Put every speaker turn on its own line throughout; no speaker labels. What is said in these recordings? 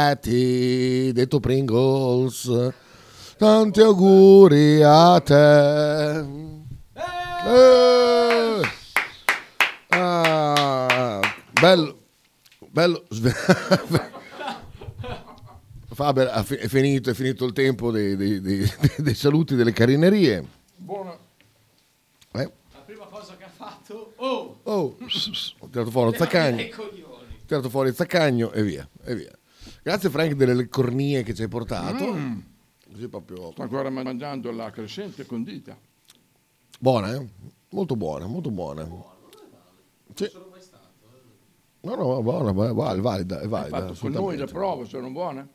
clorati dentro Pringles. Tanti auguri a te. Eh. Ah, bello, bello. Faber, ha fi- è finito, è finito il tempo dei, dei- dei- dei saluti delle carinerie.
Buona.
Eh?
La prima cosa che ha fatto. Oh!
Oh, ho tirato fuori il
Che
zaccagno.
coglioni.
Ho tirato fuori il zaccagno e via, e via. Grazie Frank delle cornie che ci hai
Mm.
portato. Così proprio
Sto ancora mangiando la crescente condita.
buona, eh? Molto buona, molto buona. Sì. No, no, ma buona, ma è val- è valida, è valida.
Fatto con noi le
Ah, assolutamente.
prove sono buone.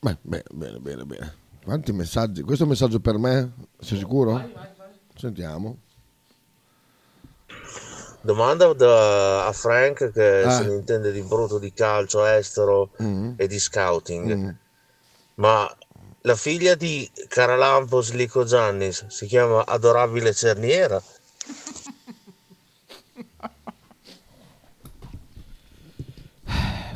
Beh, bene, bene, bene, bene. Quanti messaggi? Questo è un messaggio per me? Sei sicuro? Sentiamo.
Domanda da- a Frank che
Ah.
se ne intende di brutto di calcio estero e di
Mm.
scouting.
Eh,
Ma la figlia di Caralampos Lico Giannis si chiama Adorabile Cerniera.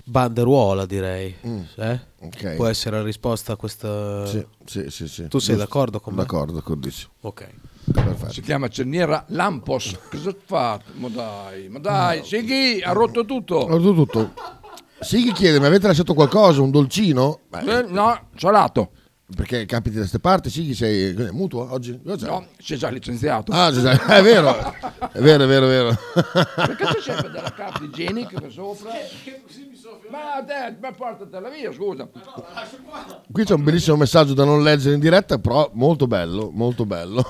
Banderuola direi. Eh?
Mm. Ok.
Può essere la risposta a
Eh.
questa...
Sì, sì, sì, sì.
Tu sei
Giusto.
d'accordo con me?
D'accordo, d'accordissimo.
Ok.
Si
Perfetto.
chiama cerniera Lampos. Cosa fate? Ma dai, ma dai, Sighi ha rotto tutto.
Ho detto tutto. Sì, chi chiede, mi avete lasciato qualcosa? Un dolcino? Beh,
Eh, no, salato.
perché capiti da queste parti? Sì, chi sei cos'è, mutuo oggi? Cosa c'è?
No, si è già licenziato.
Ah, Giuseppe, è vero, è vero, è vero, è vero.
Perché c'è sempre della carta igienica qua sopra? Ma, te, ma portatela via, scusa.
Qui c'è un bellissimo messaggio da non leggere in diretta, però molto bello, molto bello.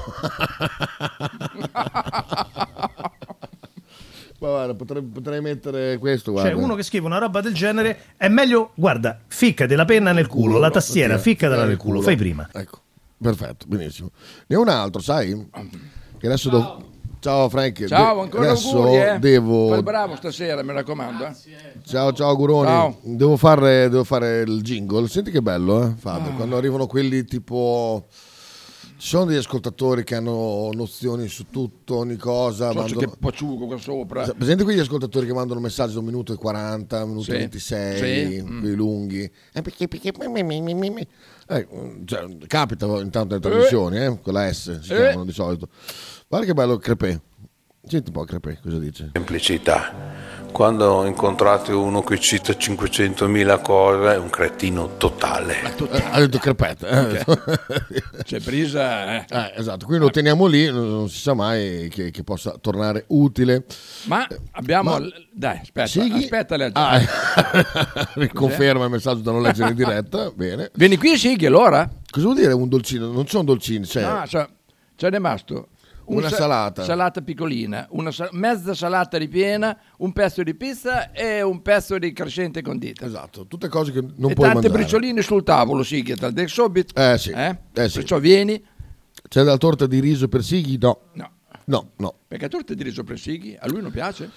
Ma guarda, potrei, potrei mettere questo, guarda.
C'è uno che scrive una roba del genere, è meglio, guarda, ficca della penna nel culo, la tastiera, ficcatela nel culo, fai prima.
eh, Ecco, perfetto, benissimo. Ne ho un altro, sai? Che adesso Ciao, ciao Frank.
Ciao,
De-
ancora
adesso
auguri, eh. Fai
devo
bravo stasera, mi raccomando. eh.
Ciao, ciao Guroni.
Ciao.
Devo, fare, devo fare il jingle. Senti che bello, eh, Fabio,
Ah.
quando arrivano quelli tipo... Ci sono degli ascoltatori che hanno nozioni su tutto, ogni cosa.
So
mandano-
che pacciuco qua sopra.
Sa- Presente quegli ascoltatori che mandano messaggi da un minuto e 40, un minuto e
Sì.
26,
Sì. Mm.
quelli lunghi. Eh, perché- perché- mi- mi- mi- mi- mi. Eh, cioè, capita intanto nelle trasmissioni, eh, con la S si
Eh.
chiamano di solito. Guarda che bello Crepè. Senti un po' Crepè, cosa dice?
Semplicità. Quando incontrate uno che cita 500.000 cose, è un cretino totale.
Eh, ha detto Crepè. eh.
C'è presa. eh.
Eh, esatto, quindi lo teniamo lì, non non si sa mai che, che possa tornare utile.
Ma abbiamo.
Ma-
l- Dai, aspetta,
Sighi-
aspetta. le-
Ah,
eh.
mi conferma il messaggio da non leggere in diretta, bene.
Vieni qui, Sighi, allora.
Cosa vuol dire un dolcino? Non sono dolcini, cioè...
No, so- c'è rimasto. un
Una
sa-
salata.
Salata piccolina, una sa- mezza salata ripiena, un pezzo di pizza e un pezzo di crescente condita.
Esatto, tutte cose che non
e
puoi
tante
mangiare.
bricioline sul tavolo, Sighi, dal del Sobit.
Eh, sì. Eh, sì.
Perciò vieni.
C'è la torta di riso per Sighi? No.
No,
No, no.
perché torta di riso per Sighi, a lui non piace?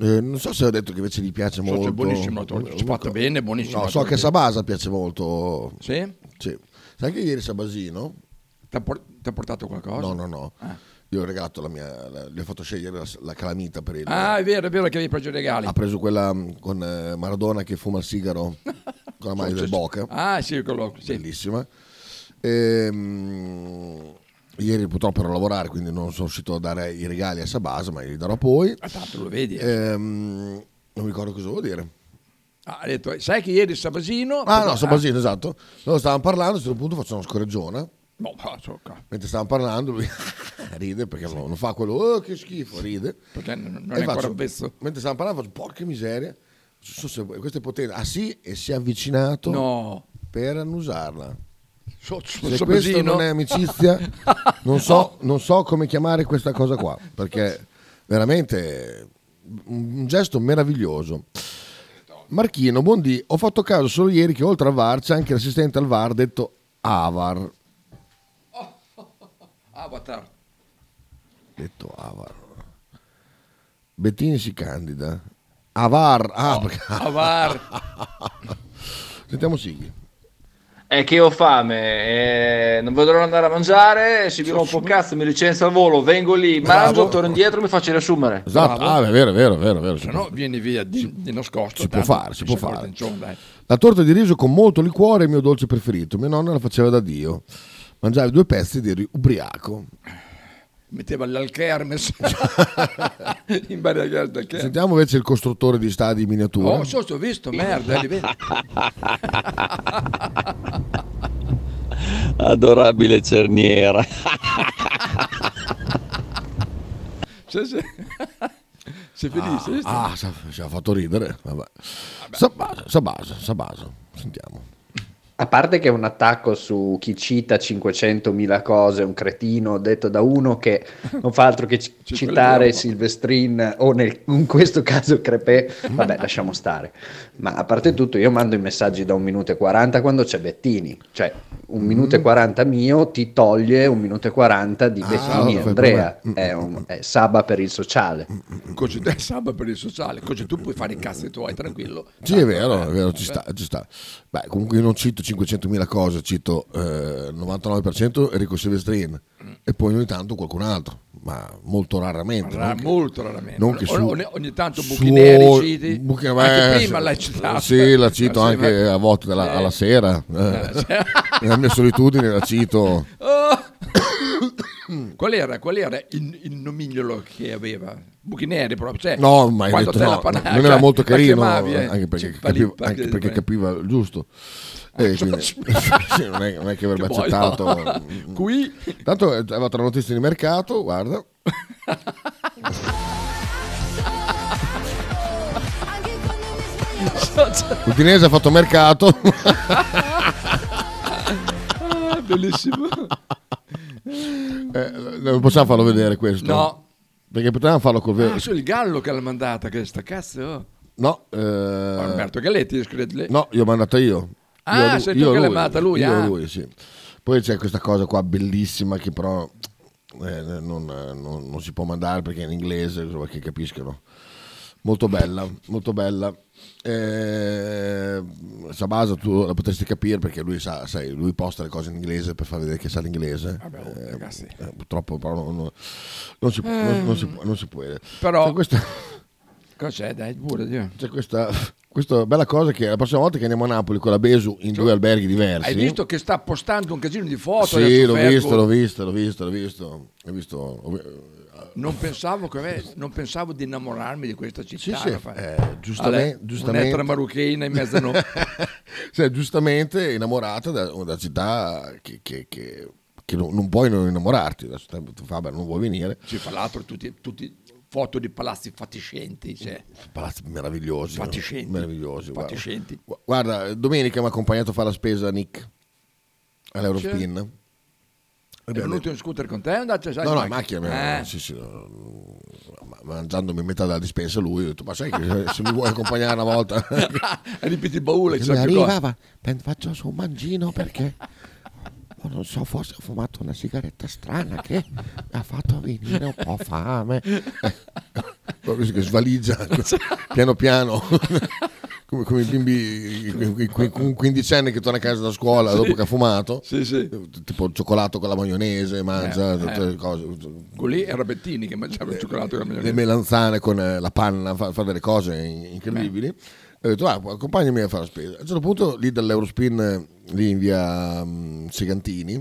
Eh, non so se ho detto che invece gli piace
So,
molto.
c'è buonissima la torta, ci fatta bene, buonissima.
No,
la
so che a
torta.
Sabasa piace molto.
Sì?
Sì. Sai che ieri Sabasino
Ti ha por- t'ha portato qualcosa? Eh.
No, no, no. Io ho regalato la mia. la- gli ho fatto scegliere la, la calamita per il.
Ah, è vero, è vero che avevi preso i regali.
Ha preso quella mm, con eh, Maradona che fuma il sigaro con la maglia del Boca.
Ah, sì, quello, sì.
Bellissima. Ehm, ieri purtroppo ero a lavorare, quindi non sono riuscito a dare i regali a Sabasa, ma li darò poi.
Ah, tanto lo vedi.
Ehm, non mi ricordo cosa volevo dire.
Ah, ha detto, sai che ieri Sabasino...
Ah, no, Sabasino, esatto. Loro stavano parlando, a un certo punto faccio una scorreggiona.
No, ah, so, ca-
Mentre stavano parlando, lui ride perché non non fa quello, oh, che schifo, ride.
perché non, non
E
è ancora
faccio-
avvezzo.
Mentre stavamo parlando, faccio, porca miseria. So se- questo è potente. Ah sì, e si è avvicinato
No,
per annusarla.
so, so,
Se questo
Sabasino... Ah,
non è amicizia, non so,
Oh.
non so come chiamare questa cosa qua, perché veramente un un gesto meraviglioso. Marchino, buondì, ho fatto caso solo ieri che oltre a VAR c'è anche l'assistente al VAR detto Avar.
Avatar.
Detto Avar. Bettini si candida. Avar. Ah, perché-
Avar.
Sentiamo Sighi.
È che ho fame, eh, non vedo l'ora di andare a mangiare, si vivo un po' cazzo, mi licenzio al volo, vengo lì, mangio, torno indietro e mi faccio riassumere.
Esatto, ah, è vero, è vero, è vero. È vero.
Se no, vieni via di, di nascosto.
Si può
tanto
fare, si può
accorge,
fare.
insomma, eh, dai.
La torta di riso con molto liquore è il mio dolce preferito. Mia nonna la faceva da Dio. Mangiavi due pezzi ed eri ubriaco.
Metteva l'alchermes in barriere d'alchermes.
Sentiamo invece il costruttore di stadi in miniatura.
Oh, so, ci ho visto, merda, li vedi?
Adorabile cerniera.
Sì, sì. Sei felice? sì?
ah, sa- ci ha fatto ridere. Vabbè. Sabasa, Sabasa, Sabasa. Sentiamo.
A parte che è un attacco su chi cita 500.000 cose, un cretino detto da uno che non fa altro che c- citare Silvestrin o nel- in questo caso Crepè, vabbè lasciamo stare. Ma a parte tutto io mando i messaggi da 1 minuto e 40 quando c'è Bettini, cioè 1 minuto e 40 mio ti toglie 1 minuto e 40 di Bettini
lo fai per
Andrea,
me. Mm,
è, un, è saba per il sociale.
Così te sabato per il sociale, così tu puoi fare i cazzi tuoi, tranquillo.
Sì, è vero, è vero, ci sta, ci sta. Beh, comunque io non cito 500.000 cose, cito eh, 99% Enrico Silvestrin e poi ogni tanto qualcun altro, ma molto raramente.
Ra-
non che-
molto raramente.
non che
O-
su-
ogni, ogni tanto
su-
buchi neri citi.
buchi-
anche
beh,
prima
sì,
l'hai citata.
Sì, la cito
Ah, sì,
anche
ma-
a volte della-
Eh.
alla sera. eh.
Eh, cioè-
Nella mia solitudine la cito.
Oh! qual era, qual era il, il nomignolo che aveva? Buchi neri proprio. Cioè,
No, ma hai
quando
detto
te
no,
la
no,
panaca,
non era molto
la
carino,
chiamavi, eh,
anche perché,
ci-
capiva,
pari-
anche perché
pari-
capiva il giusto. Eh, quindi- sì, non, è, non è che avrebbe
Che boia.
accettato. Mm.
Qui
Tanto eh, aveva tra notizie di mercato, guarda. Udinese ha fatto mercato.
Ah, bellissimo.
Eh, non possiamo farlo vedere questo.
No.
Perché potevamo farlo col vero.
Ah, Oh, sul gallo che l'ha mandata questa cazzo.
No, eh,
Roberto Galletti scrive
no, io ho mandata io. Io
Ah,
a
sei tu
io a
che l'hai mandata a lui,
Io a
ah.
lui, sì. Poi c'è questa cosa qua bellissima che però eh, non, eh, non- non si può mandare perché è in inglese, insomma, che capiscono. Molto bella, molto bella. Eh, Sabasa tu la potresti capire perché lui sa, sai, lui posta le cose in inglese per far vedere che sa l'inglese.
Vabbè, oh,
Eh,
ragazzi.
eh, purtroppo però non, non- non si può, non, non si
Mm.
può, non si può.
Eh. Però-
C'è questa,
Cos'è? Dai, pure Dio.
c'è questa, questa bella cosa che la prossima volta che andiamo a Napoli con la Besu in due alberghi diversi.
Hai visto che sta postando un casino di foto?
Sì,
adesso
l'ho
Facebook?
visto, l'ho visto, l'ho visto, l'ho visto, l'ho visto.
Non pensavo, che ave- non pensavo di innamorarmi di questa città.
sì,
Raffa-
eh, giustamente-
Ale,
giustamente.
Un'etra marocchina in mezzo a noi.
Sei giustamente innamorata da una città che, che- che- che non non puoi non innamorarti. La città- Faber non vuoi venire.
Ci fa l'altro tutti, tutti foto di palazzi fatiscenti. Cioè.
Palazzi meravigliosi. no?
Fatiscenti.
Meravigliosi. guarda.
Fatiscenti.
Gu- Guarda, domenica mi ha accompagnato a fare la spesa Nick all'Eurospin.
È venuto in scooter con te? È andato, cioè, sai,
Eh No, no, in
in
macchina,
Eh,
sì, sì, no, ma- mangiandomi metà della dispensa lui, ho detto, ma sai che se mi vuoi accompagnare una volta...
Ripeti il baule. ci
Mi
sono più
arriva,
cose.
ma pen- faccio su un mangino perché oh, non so, forse ho fumato una sigaretta strana che mi ha fatto venire un po' fame.
proprio che svaligia piano piano come, come i bimbi quei- quei- un quindicenne che torna a casa da scuola dopo che ha fumato
Sì, sì.
tipo il cioccolato con la
Eh,
maionese mangia tutte le cose
Lì era Bettini che mangiava il cioccolato. con la
Eh, le
maionese.
melanzane con eh, la panna, fa, fa delle cose in- incredibili. Ho detto, "Ah, accompagnami a fare la spesa. A un certo punto, lì dall'Eurospin, eh, lì in via mm, Segantini,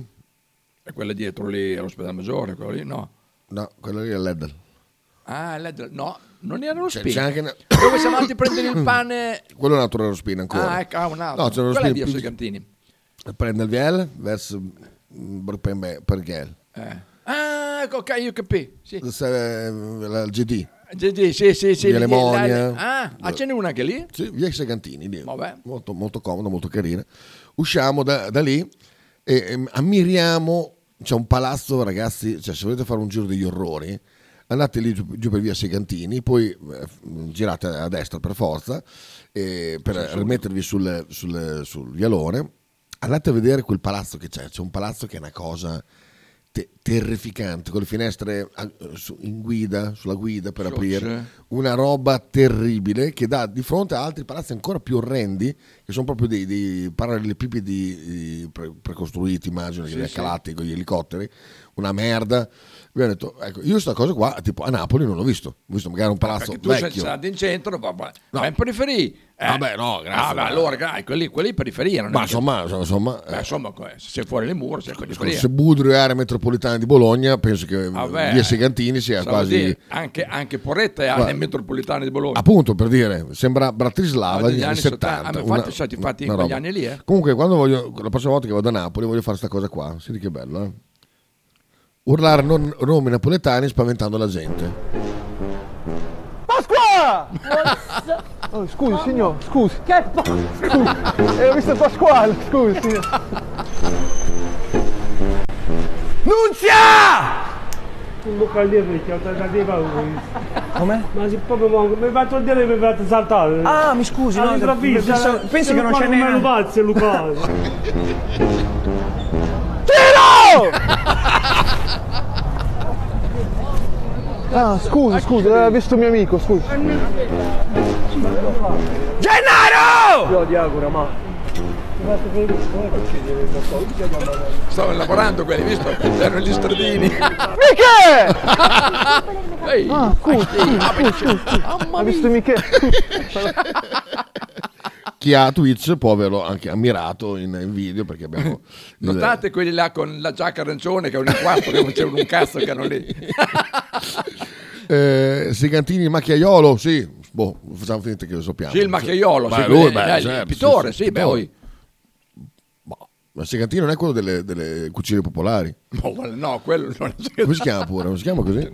E quella dietro lì all'ospedale maggiore, quella lì no.
no, quella lì è l'Eddel.
Ah, la- no, non era lo
C'è,
spin.
c'è anche una-
Dove siamo andati a prendere il pane?
Quello è un altro Eurospin ancora.
Ah, ecco, ah, un altro.
No, c'è un
Quella è
Eurospin
via sui
più-
cantini.
prende il VL verso mm, Brookpen- Pergel.
Eh. Ah, ecco, ok, io capì. Sì.
Se- eh, La il GD.
Sì, sì, sì, sì, sì,
Via
lì-
Lemonia.
Ah, ah, ce n'è una anche lì?
Sì, via Segantini, lì.
Vabbè.
Molto, molto comodo, molto carina. Usciamo da, da lì e ehm, ammiriamo, c'è un palazzo ragazzi, cioè, se volete fare un giro degli orrori, andate lì giù, giù per via Segantini, poi eh, girate a destra per forza, eh, per rimettervi sul, sul- sul vialone, andate a vedere quel palazzo che c'è, c'è un palazzo che è una cosa te- terrificante, con le finestre a- su- in guida, sulla guida per
Sì,
aprire,
sì.
una roba terribile che dà di fronte a altri palazzi ancora più orrendi, che sono proprio dei, dei parallelepipedi eh, pre- precostruiti, immagino, che li ha calati con gli elicotteri, una merda. Mi hanno detto, ecco, io sta cosa qua, tipo a Napoli non l'ho visto, ho visto magari un palazzo
Ah, Perché tu sei
vecchio.
stato in centro, ma, ma- ma in periferia. Eh.
Vabbè, no, grazie,
Ah, beh,
ma-
allora, gra- quelli, quelli in periferia. Non è
Ma
che-
insomma, insomma,
Beh,
eh,
insomma, co- se sei fuori le mura, sei fuori periferia.
se Budrio è area metropolitana di Bologna, penso che
Vabbè,
via Segantini sia
stavo a
quasi...
dire, anche, anche Porretta è
Guarda. Ah,
alle metropolitane di Bologna.
Appunto, per dire, sembra Bratislava
Ah, degli
degli anni
anni
70.
Ah, ma
una-
infatti, sono stati fatti
una
quegli
roba.
anni lì, eh.
Comunque, quando voglio, la prossima volta che vado a Napoli, voglio fare questa cosa qua. Senti che bello, eh? Urlare non- nomi napoletani spaventando la gente.
Oh, scusi signor, scusi. Che Scusi. Eh, ho visto Pasquale, scusi signor. Nunzia!
Un boccaliere perché ho tentato di paura. Come? Ma si proprio mo- mi hai fatto dire che mi hai fatto saltare.
Ah, mi scusi, no,
All'improvviso.
pensavo-
eh,
pensi
se
che non
fa
c'è
come
neanche.
lo pazzo, Luca.
Tiro! Ah, scusi, scusi, l'aveva visto mio amico, scusi. Gennaro! Io di augura, ma.
Stavo lavorando quelli, visto? Erano gli stradini.
Michele!
Ehi,
ah, scusi, scusi, scusi, scusi. Ha visto Michele?
Chi ha Twitch può averlo anche ammirato in, in video perché abbiamo. il-
Notate quelli là con la giacca arancione che è un quattro che non c'erano un cazzo che erano lì.
eh, Segantini, Macchiaiolo, sì. Boh, facciamo finta che lo sappiamo.
Sì, il Macchiaiolo,
Beh,
sì,
lui,
quello-
beh,
eh, il
certo,
pittore, sì, beh, poi-
Boh, Ma Segantini non è quello delle, delle cucine popolari.
No, quello- no, quello non
Come si chiama pure? Non si chiama così?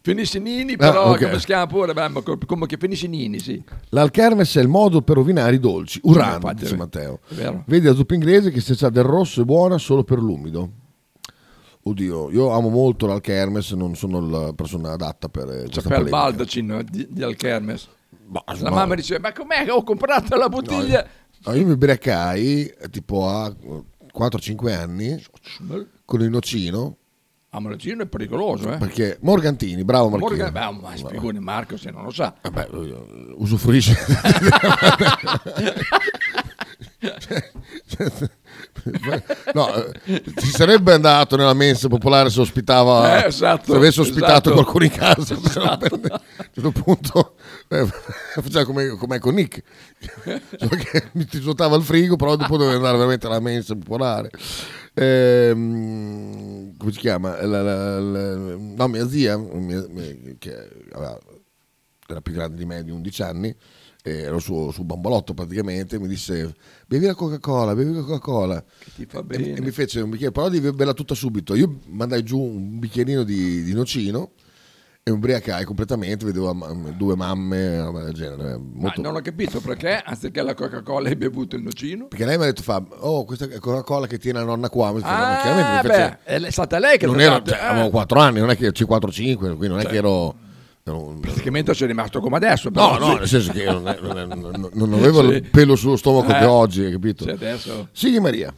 Finisce Nini,
Ah,
però
ok.
come si chiama pure? Beh, ma co- Come che finisce Nini, sì.
L'alchermes è il modo per rovinare i dolci. Urano,
Eh, Infatti,
dice
è-
Matteo.
è vero.
Vedi la zuppa inglese che se c'ha del rosso è buona solo per l'umido. Oddio, io amo molto l'alchermes, non sono la persona adatta per eh, questa
C'è il
polemica.
baldacin eh, di, di Alkermes. la
insomma-
mamma dice, ma com'è che ho comprato la bottiglia?
No, io mi ubriacai eh, tipo a eh, 4-5 anni con il nocino
Ah, ma il gino è pericoloso, eh.
perché Morgantini, bravo Marchino,
Morgan, beh, ma spiegone Marco se non lo sa.
Vabbè, eh, usufruisce. Cioè, cioè, no, eh, ci sarebbe andato nella mensa popolare se ospitava
Eh, esatto,
se avesse ospitato
esatto.
qualcuno in casa se no,
Esatto.
per- a un certo punto eh, faceva come, come con Nick Cioè, che mi ti svuotava il frigo però dopo doveva andare veramente alla mensa popolare Ehm, come si chiama La- la- la- no mia zia mia- mia- che aveva- era più grande di me di 11 anni e ero suo, suo bambolotto praticamente mi disse bevi la coca cola bevi la coca cola
Ti fa
e,
bene.
e mi fece un bicchiere, però devi bella tutta subito. Io mandai giù un bicchierino di, di nocino e mi ubriacai completamente, vedevo am- due mamme, roba del genere.
Ma
molto-
Ah, non ho capito perché, anziché la Coca-Cola hai bevuto il nocino.
Perché lei mi ha detto, fa, oh, questa è Coca-Cola che tiene la nonna qua. Mi fa, "No, ma chiaramente
Ah,
mi fece-
beh, è stata lei che
non
l'ha
ero,
fatto,
cioè,
eh.
avevo 4 anni, non è che 4-5, quindi non è
Cioè,
che ero... ero un-
Praticamente sei rimasto come adesso.
No,
però,
no,
sì.
nel senso che io non, non- non- non avevo
Sì.
il pelo sullo stomaco
Eh.
di oggi, hai capito?
Sì, adesso-
Sì, Maria.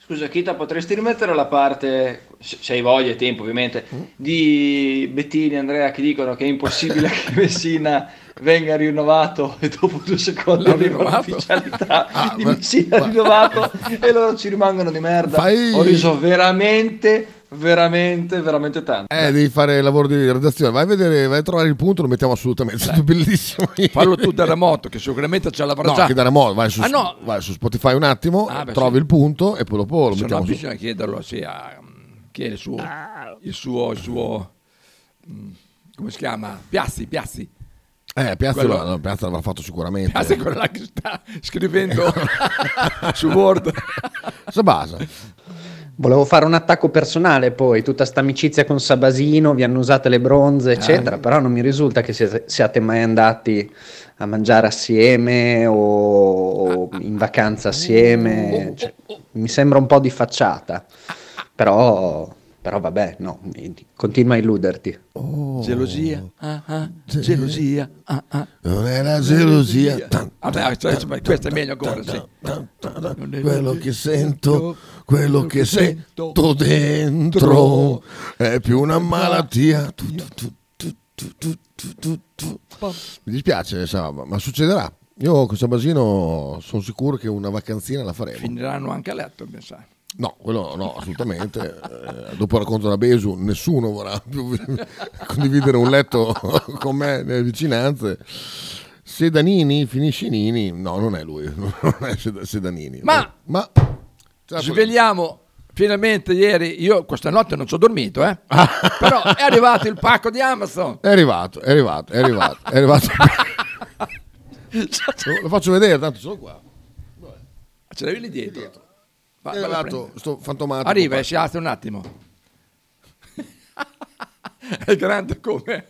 Scusa, Kita, potresti rimettere la parte, se se hai voglia e tempo ovviamente,
Mm.
di Bettini e Andrea che dicono che è impossibile che Messina venga rinnovato e dopo due secondi arriva l'ufficialità
Ah,
di Messina rinnovato e loro ci rimangono di merda.
Fai-
Ho riso veramente, veramente, veramente tanto.
Eh, devi fare il lavoro di redazione. Vai a vedere, vai a trovare il punto, lo mettiamo assolutamente. È stato bellissimo.
Eh. Fallo tu da remoto, che sicuramente ce l'avrà
No,
già.
che da remoto, vai su,
Ah, no.
vai su Spotify un attimo,
Ah, beh,
trovi
sì.
il punto e poi dopo lo
Se no,
mettiamo su.
bisogna chiederlo sì, a mm, chi è il suo, il suo, il suo mm, come si chiama? Piazzi, Piazzi.
Eh, Piazza,
Quello-
lo- no, Piazza l'avrà fatto sicuramente.
Piazzi è quello là che sta scrivendo su Word.
Sabasa.
Volevo fare un attacco personale poi, tutta sta amicizia con Sabasino, vi hanno usate le bronze, eccetera,
Ah.
però non mi risulta che siate, siate mai andati a mangiare assieme o, o in vacanza assieme, cioè, mi sembra un po' di facciata, però, Però vabbè, no, niente. continua a illuderti.
Oh.
Oh,
Gelosia, ah, ah, gelosia, ah, ah.
Non è la gelosia. Tan,
Vabbè, cioè, insomma, questo è meglio ancora, sì.
Quello che sento, quello che sento dentro è più una malattia. Tu, tu, tu, tu, tu, tu, tu, tu, tu. Mi dispiace, sa, ma ma succederà. Io con Sabasino sono sicuro che una vacanzina la faremo.
Finiranno anche a letto, mi sa.
No, quello no, assolutamente. Eh, dopo il racconto da Besu, nessuno vorrà più condividere un letto con me nelle vicinanze. Sedanini, finisci Nini. No, non è lui, non è Sed- Sedanini.
Ma, svegliamo finalmente ieri. Io questa notte non ci ho dormito, eh. però è arrivato il pacco di Amazon.
È arrivato, è arrivato, è arrivato, è arrivato. Lo- Lo faccio vedere, tanto sono qua.
Ce l'avevi lì dietro. Va-
È
vai,
arrivato
prendi.
sto fantomatico.
Arriva
qua.
e si alza un attimo. è grande come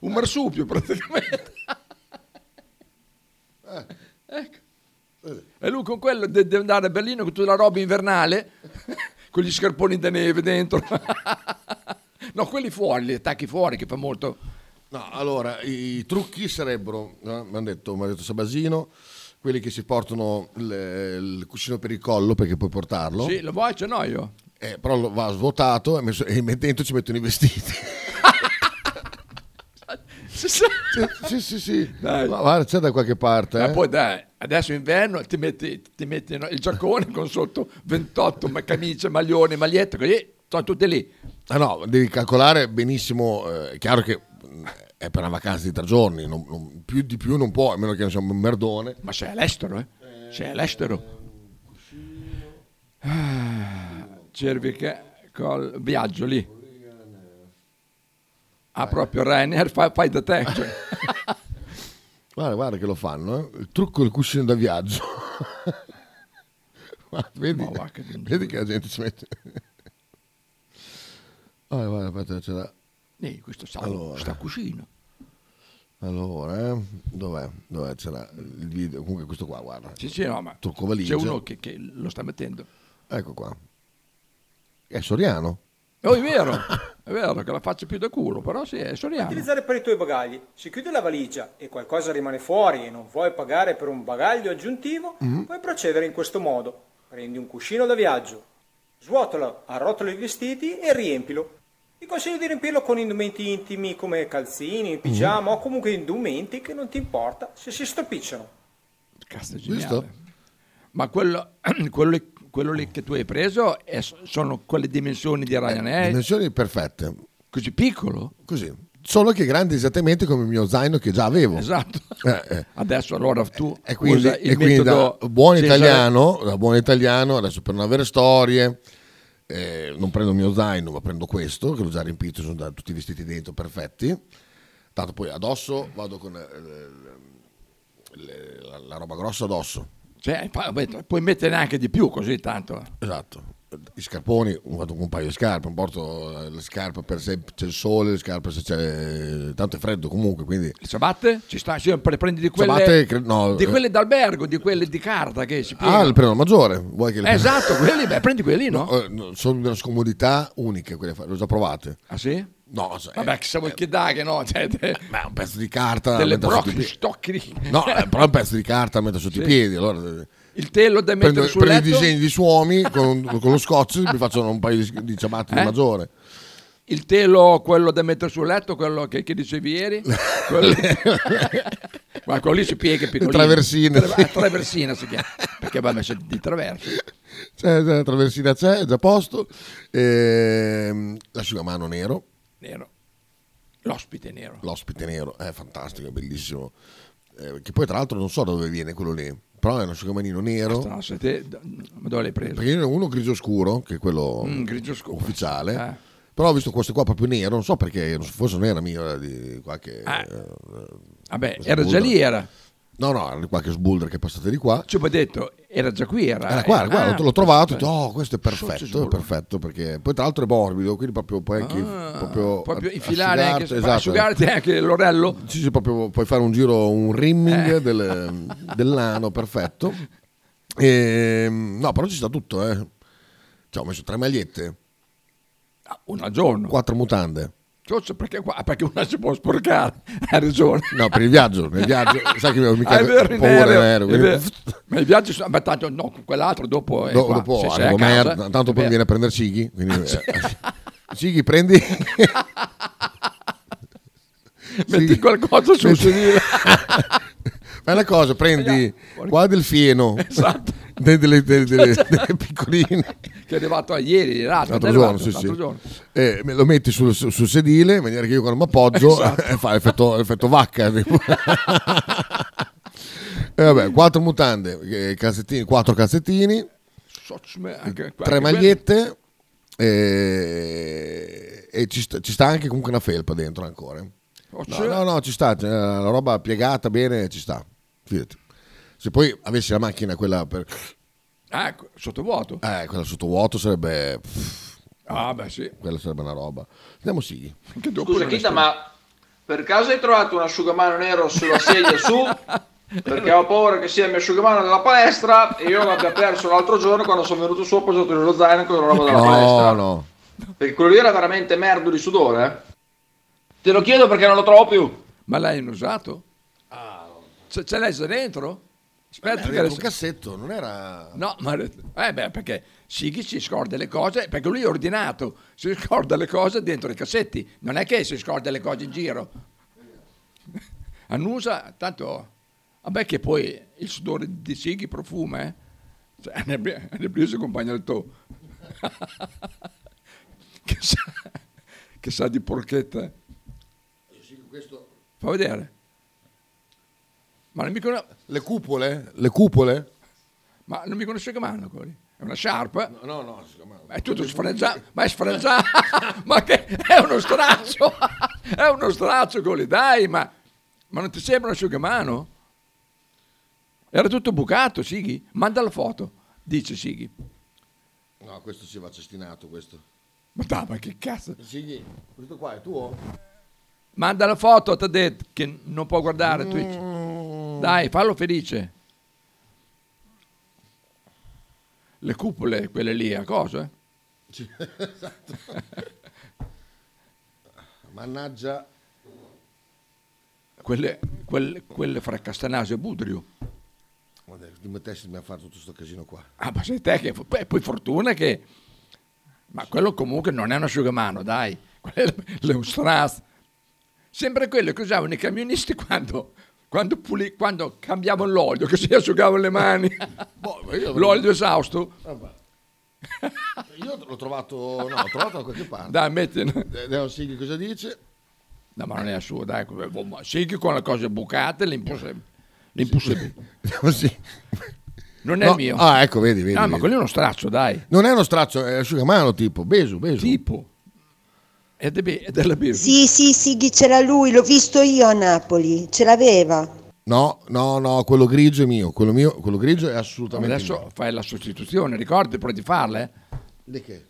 un marsupio praticamente.
Eh.
Ecco. E lui con quello de- deve andare a Berlino con tutta la roba invernale, con gli scarponi da neve dentro. no, quelli fuori, li attacchi fuori che fa molto...
No, allora, i trucchi sarebbero, eh, mi hanno detto, mi ha detto Sabasino, quelli che si portano il, il cuscino per il collo perché puoi portarlo.
Sì, lo vuoi? Ce n'ho io.
Eh, però lo- va svuotato e, messo- e dentro ci mettono i vestiti.
sì,
sì, sì, sì.
Dai.
Ma guarda, c'è da qualche parte.
Ma
eh.
poi dai, adesso inverno ti metti, ti metti no, il giaccone con sotto 28 ma- camicie, maglione, magliette, così sono tutte lì.
Ah, no, devi calcolare benissimo. eh, è chiaro che mh, è per una vacanza di tre giorni, non- non- più di più non puoi, a meno che non sia un merdone.
Ma sei all'estero, eh? Sei all'estero. Ah, Cervica col viaggio lì. Ah, proprio Rainer, fai, fai da te. cioè.
Guarda, guarda che lo fanno. eh. Il trucco del cuscino da viaggio. Guarda, vedi,
Ma va che-
vedi che la gente ci mette. Guarda, guarda, aspetta, ce l'ha.
Eh, questo sta,
Allora.
sta cucina.
Allora, eh, dov'è? Dov'è? C'era il video. Comunque questo qua, guarda.
Sì, sì, no, ma
Trucco valigia.
c'è uno che, che lo sta mettendo.
Ecco qua. È Soriano.
Oh, è vero, è vero che la faccio più da culo, però sì, è soriano.
Utilizzare per i tuoi bagagli. Se chiudi la valigia e qualcosa rimane fuori e non vuoi pagare per un bagaglio aggiuntivo,
Mm-hmm.
Mhm.
puoi procedere in questo modo. Prendi un cuscino da viaggio, svuotalo, arrotolo i vestiti e riempilo. Ti consiglio di riempirlo con indumenti intimi come calzini, pigiama o comunque indumenti che non ti importa se si stropicciano.
Cazzo, è geniale. Ma quello, quello, lì- quello
Oh.
lì che tu hai preso è- sono quelle dimensioni di Ryanair?
Eh, Dimensioni perfette.
Eh. Così piccolo?
Così. Solo che grande esattamente come il mio zaino che già avevo.
Esatto.
Eh, eh.
Adesso allora tu
E quindi,
usa il
e quindi da
metodo
buon
Cesare-
italiano, da buon italiano, adesso per non avere storie, eh, non prendo il mio zaino, ma prendo questo, che l'ho già riempito, sono da- tutti i vestiti dentro perfetti. Tanto poi addosso vado con eh, le- la, la roba grossa addosso.
Cioè, fa- vabbè, puoi mettere anche di più così tanto.
Esatto. I scarponi, vado con un paio di scarpe, un porto eh, le scarpe per se c'è il sole, le scarpe se c'è... tanto è freddo comunque, quindi...
Le ciabatte? Ci sta, sì, pre- prendi di quelle,
Ciabatte, cre- no,
di
eh.
quelle d'albergo, di quelle di carta che si
Ah,
piegano.
il prendo maggiore, vuoi che le
Eh, esatto, quelli, beh, prendi quelli, no?
eh, no, sono di una scomodità unica quelle, fa- le ho già provate.
Ah sì?
No, cioè,
Vabbè, chissà vuoi che dà che no? Cioè, te-
ma un pezzo di carta...
delle
metto sotto i
brocche,
piedi.
stocchi.
No, eh, però un pezzo di carta la metto sotto i
Sì.
piedi, allora... eh,
Il telo da mettere
Prendo,
sul
prendo i
letto.
disegni di suomi con, con lo scotch, mi faccio un paio di, di ciabatte
Eh?
di maggiore.
Il telo, quello da mettere sul letto, quello che, che dicevi ieri, quello... ma quello lì si piega piccolino.
traversine,
Tra-
sì.
traversina si chiama, perché va messo di traverso.
C'è, c'è Cioè, la traversina c'è, è già a posto. Ehm, l'asciugamano nero,
Nero. L'ospite nero.
l'ospite nero, è fantastico, è bellissimo. Eh, che poi tra l'altro non so da dove viene quello lì, però è un asciugamanino nero.
Strano, se te- da- ma dove l'hai preso?
Perché io ne ho uno grigio scuro, che è quello
Mm, grigio scuro.
ufficiale.
Ah.
Però ho visto questo qua proprio nero, non so perché, non so, forse non era mio, era di qualche...
Ah.
eh,
Vabbè,
questo
era già
Boulder.
lì, era.
No, no, era di qualche sbulder che è passato di qua.
Ci ho detto, era già qui, era.
Era qua, era qua,
Ah,
l'ho, l'ho trovato, ho detto,
perfetto.
oh, questo è perfetto, è perfetto, perché poi tra l'altro è morbido, quindi proprio puoi anche proprio
Ah, Proprio
a-
infilare anche,
asciugarti, esatto.
asciugarti anche l'orello. Eh.
Sì, sì, proprio puoi fare un giro, un rimming del- dell'ano, perfetto. Ehm, no, però ci sta tutto, eh. Cioè, ho messo tre magliette.
Ah, Una al giorno.
Quattro mutande.
Cioè, perché, qua- perché una si può sporcare, ha ragione.
No, per il viaggio, per il viaggio. Sai che io mica
Ah, è vero,
ho
in
paura
aereo,
in aereo,
è
quindi-
vero. Ma i viaggi sono... Ma tanto, no, con quell'altro dopo... è
Do-
qua,
dopo
se sei
arrivo,
a casa, Ah,
merda, tanto poi
è
mi viene a prendere Sighi. Quindi, eh, Sighi, prendi...
Metti qualcosa sul
metti-
sedile.
Fai una cosa, prendi qua del fieno,
Esatto.
de- delle, delle- delle- delle piccoline,
Che è arrivato a ieri, l'altro,
l'altro
è
giorno,
arrivato
sì,
l'altro
sì.
giorno.
Eh, me lo metti sul, sul- sul sedile, in maniera che io quando mi appoggio
Esatto.
eh, fa effetto, effetto vacca. tipo. Eh, vabbè, quattro mutande, eh, calzettini, quattro calzettini,
So- anche-
tre
anche quello.
magliette eh, e ci sta, ci sta anche comunque una felpa dentro ancora. eh.
Oh,
No,
c'è-
no, no, ci sta, c'è la roba piegata bene, ci sta. Fidati. Se poi avessi la macchina quella per
Ah, ecco, sottovuoto.
eh, quella sottovuoto sarebbe pff,
Ah, beh, sì.
quella sarebbe una roba. Andiamo Sighi.
Scusa, Chita, ma per caso hai trovato un asciugamano nero sulla sedia su? Perché ho paura che sia il mio asciugamano della palestra e io l'abbia perso l'altro giorno quando sono venuto su ho posato nello zaino con la roba della
No,
palestra.
no.
Perché quello lì era veramente merdo di sudore. eh. Te lo chiedo perché non lo trovo più.
Ma l'hai usato? Ce, ce l'hai dentro? Aspetta,
Era
che
dentro
adesso-
un cassetto, non era
No, ma eh beh, perché Sighi si scorda le cose, perché lui è ordinato, si scorda le cose dentro i cassetti, non è che si scorda le cose in giro. Annusa, tanto, vabbè che poi il sudore di Sighi profuma, eh? Cioè, ne abbia- ne abbia il compagno del tuo. che, sa, che sa di porchetta. Fa vedere. Ma non mi conos-
le cupole? Le cupole?
Ma non mi conosce che mano quello lì? È una sciarpa? No,
no, no.
Ma è tutto sfrangiato. Ma è sfrangiato. ma che è uno straccio. è uno straccio quello lì, dai, ma, ma non ti sembra un asciugamano? Era tutto bucato, Sighi. Manda la foto, dice Sighi.
No, questo si va cestinato questo.
Ma dai, ma che cazzo?
Sighi, questo qua è tuo?
Manda la foto, ti ha detto che non può guardare Twitch. Dai, fallo felice. Le cupole, quelle lì, a cosa? eh?
esatto. Mannaggia.
Quelle, quelle, quelle fra Castanasio e Budrio.
Guarda, di mettessimi a fare tutto questo casino qua.
Ah, ma sei te che... Poi, poi fortuna che... Ma quello comunque non è un asciugamano, dai. Quello è un strass. Sembra quello che usavano i camionisti quando, quando, puli- quando cambiavano l'olio, che si asciugavano le mani. Boh,
io-
L'olio esausto.
Io l'ho trovato, no, l'ho trovato da qualche parte.
Dai, metti...
Andiamo Sighi cosa dice?
No, ma non è la sua, dai. Sì, che con le cose bucate, l'impossibile. L'impossibile. Non è
No,
mio.
ah, ecco, vedi, vedi,
Ah, ma
vedi.
quello è uno straccio, dai.
Non è uno straccio, è asciugamano tipo, beso, beso.
Tipo. È, de be- è della birra.
Sì, sì, sì, chi c'era lui, l'ho visto io a Napoli, ce l'aveva.
No, no, no, quello grigio è mio, quello, mio, quello grigio è assolutamente
Adesso
mio.
fai la sostituzione, ricordi però di farla, eh?
Di che?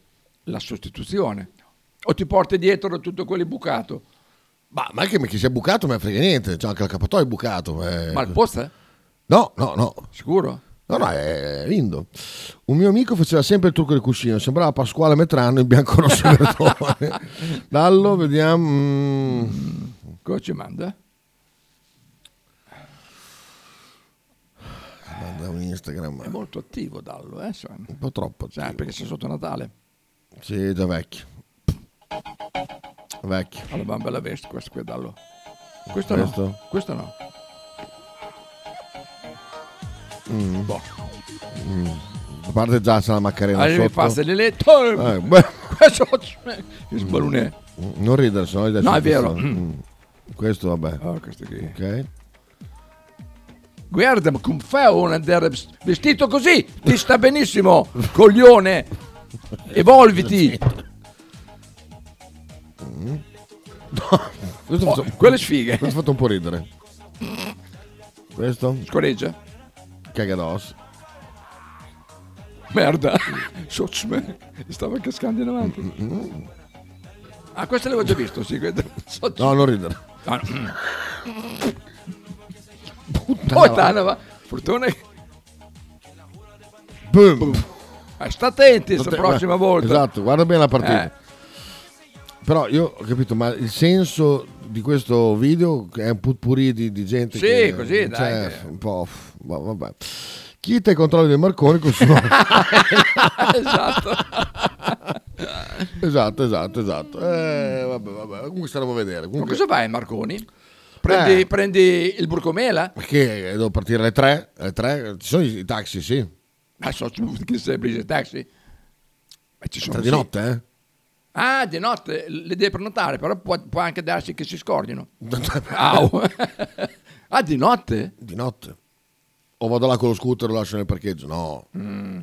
La sostituzione. O ti porti dietro tutto quello bucato.
Ma, ma anche che sia bucato me ne frega niente, cioè anche il capatoio è bucato. eh.
Ma il posto, eh?
No, no, no.
Sicuro?
No, no, è lindo. Un mio amico faceva sempre il trucco del cuscino, sembrava Pasquale Metrano in bianco rosso e verdone. Dallo, vediamo. mm.
Cosa ci manda?
Manda un Instagram.
È molto attivo Dallo, eh? Sven?
Un po' troppo.
Cioè, perché sei sotto Natale.
Sì, è già vecchio. Vecchio.
Allora, una bella veste questo qui Dallo. Questo, no.
Questo?
Questo no.
Mm.
Boh.
Mm. A parte già c'è la maccarena
Allora, mi
sotto.
fa se le letto.
Eh, beh.
Questo... Che sbalunè.
Mm, Non ridere, sennò gli dai
No, è
sensazione.
vero.
Mm. Questo vabbè.
Ah, questo qui.
Ok.
Guarda, ma come fa una andare vestito così? Ti sta benissimo, coglione. Evolviti.
Questo
Oh,
ha fatto-
quelle sfighe.
Questo ha fatto un po' ridere. Questo?
Scoreggia.
Cagados.
Merda. Socio me. Stava cascando in avanti. Ah, questo l'avevo già visto, sì. questo- socio-
No, non ridere.
Ah, no. ah, Puttana, va. Fortuna che-
Boom.
Ah, sta attenti la
State-
prossima volta. Eh.
Esatto, guarda bene la partita. Però io ho capito, ma il senso di questo video è un putpurì di, di gente
Sì,
che...
così, dai,
cioè,
che-
Un po'... f- va- vabbè. Chi te controlli del Marconico sono...
Esatto.
esatto, esatto, esatto. Eh, vabbè, vabbè. Comunque staremo a vedere.
Ma
Comunque,
cosa vai Marconi? Prendi,
Eh.
prendi il Burcomela?
Perché devo partire alle 3? Alle 3? Ci sono i, i taxi, sì.
Ma so tu che sei preso il taxi? Ma ci sono
Tre di
sì.
notte, eh?
Ah, di notte le devi prenotare, però può, può anche darsi che si scordino.
eh?
Au. ah, di notte?
Di notte. O vado là con lo scooter e lo lascio nel parcheggio? No.
Mm.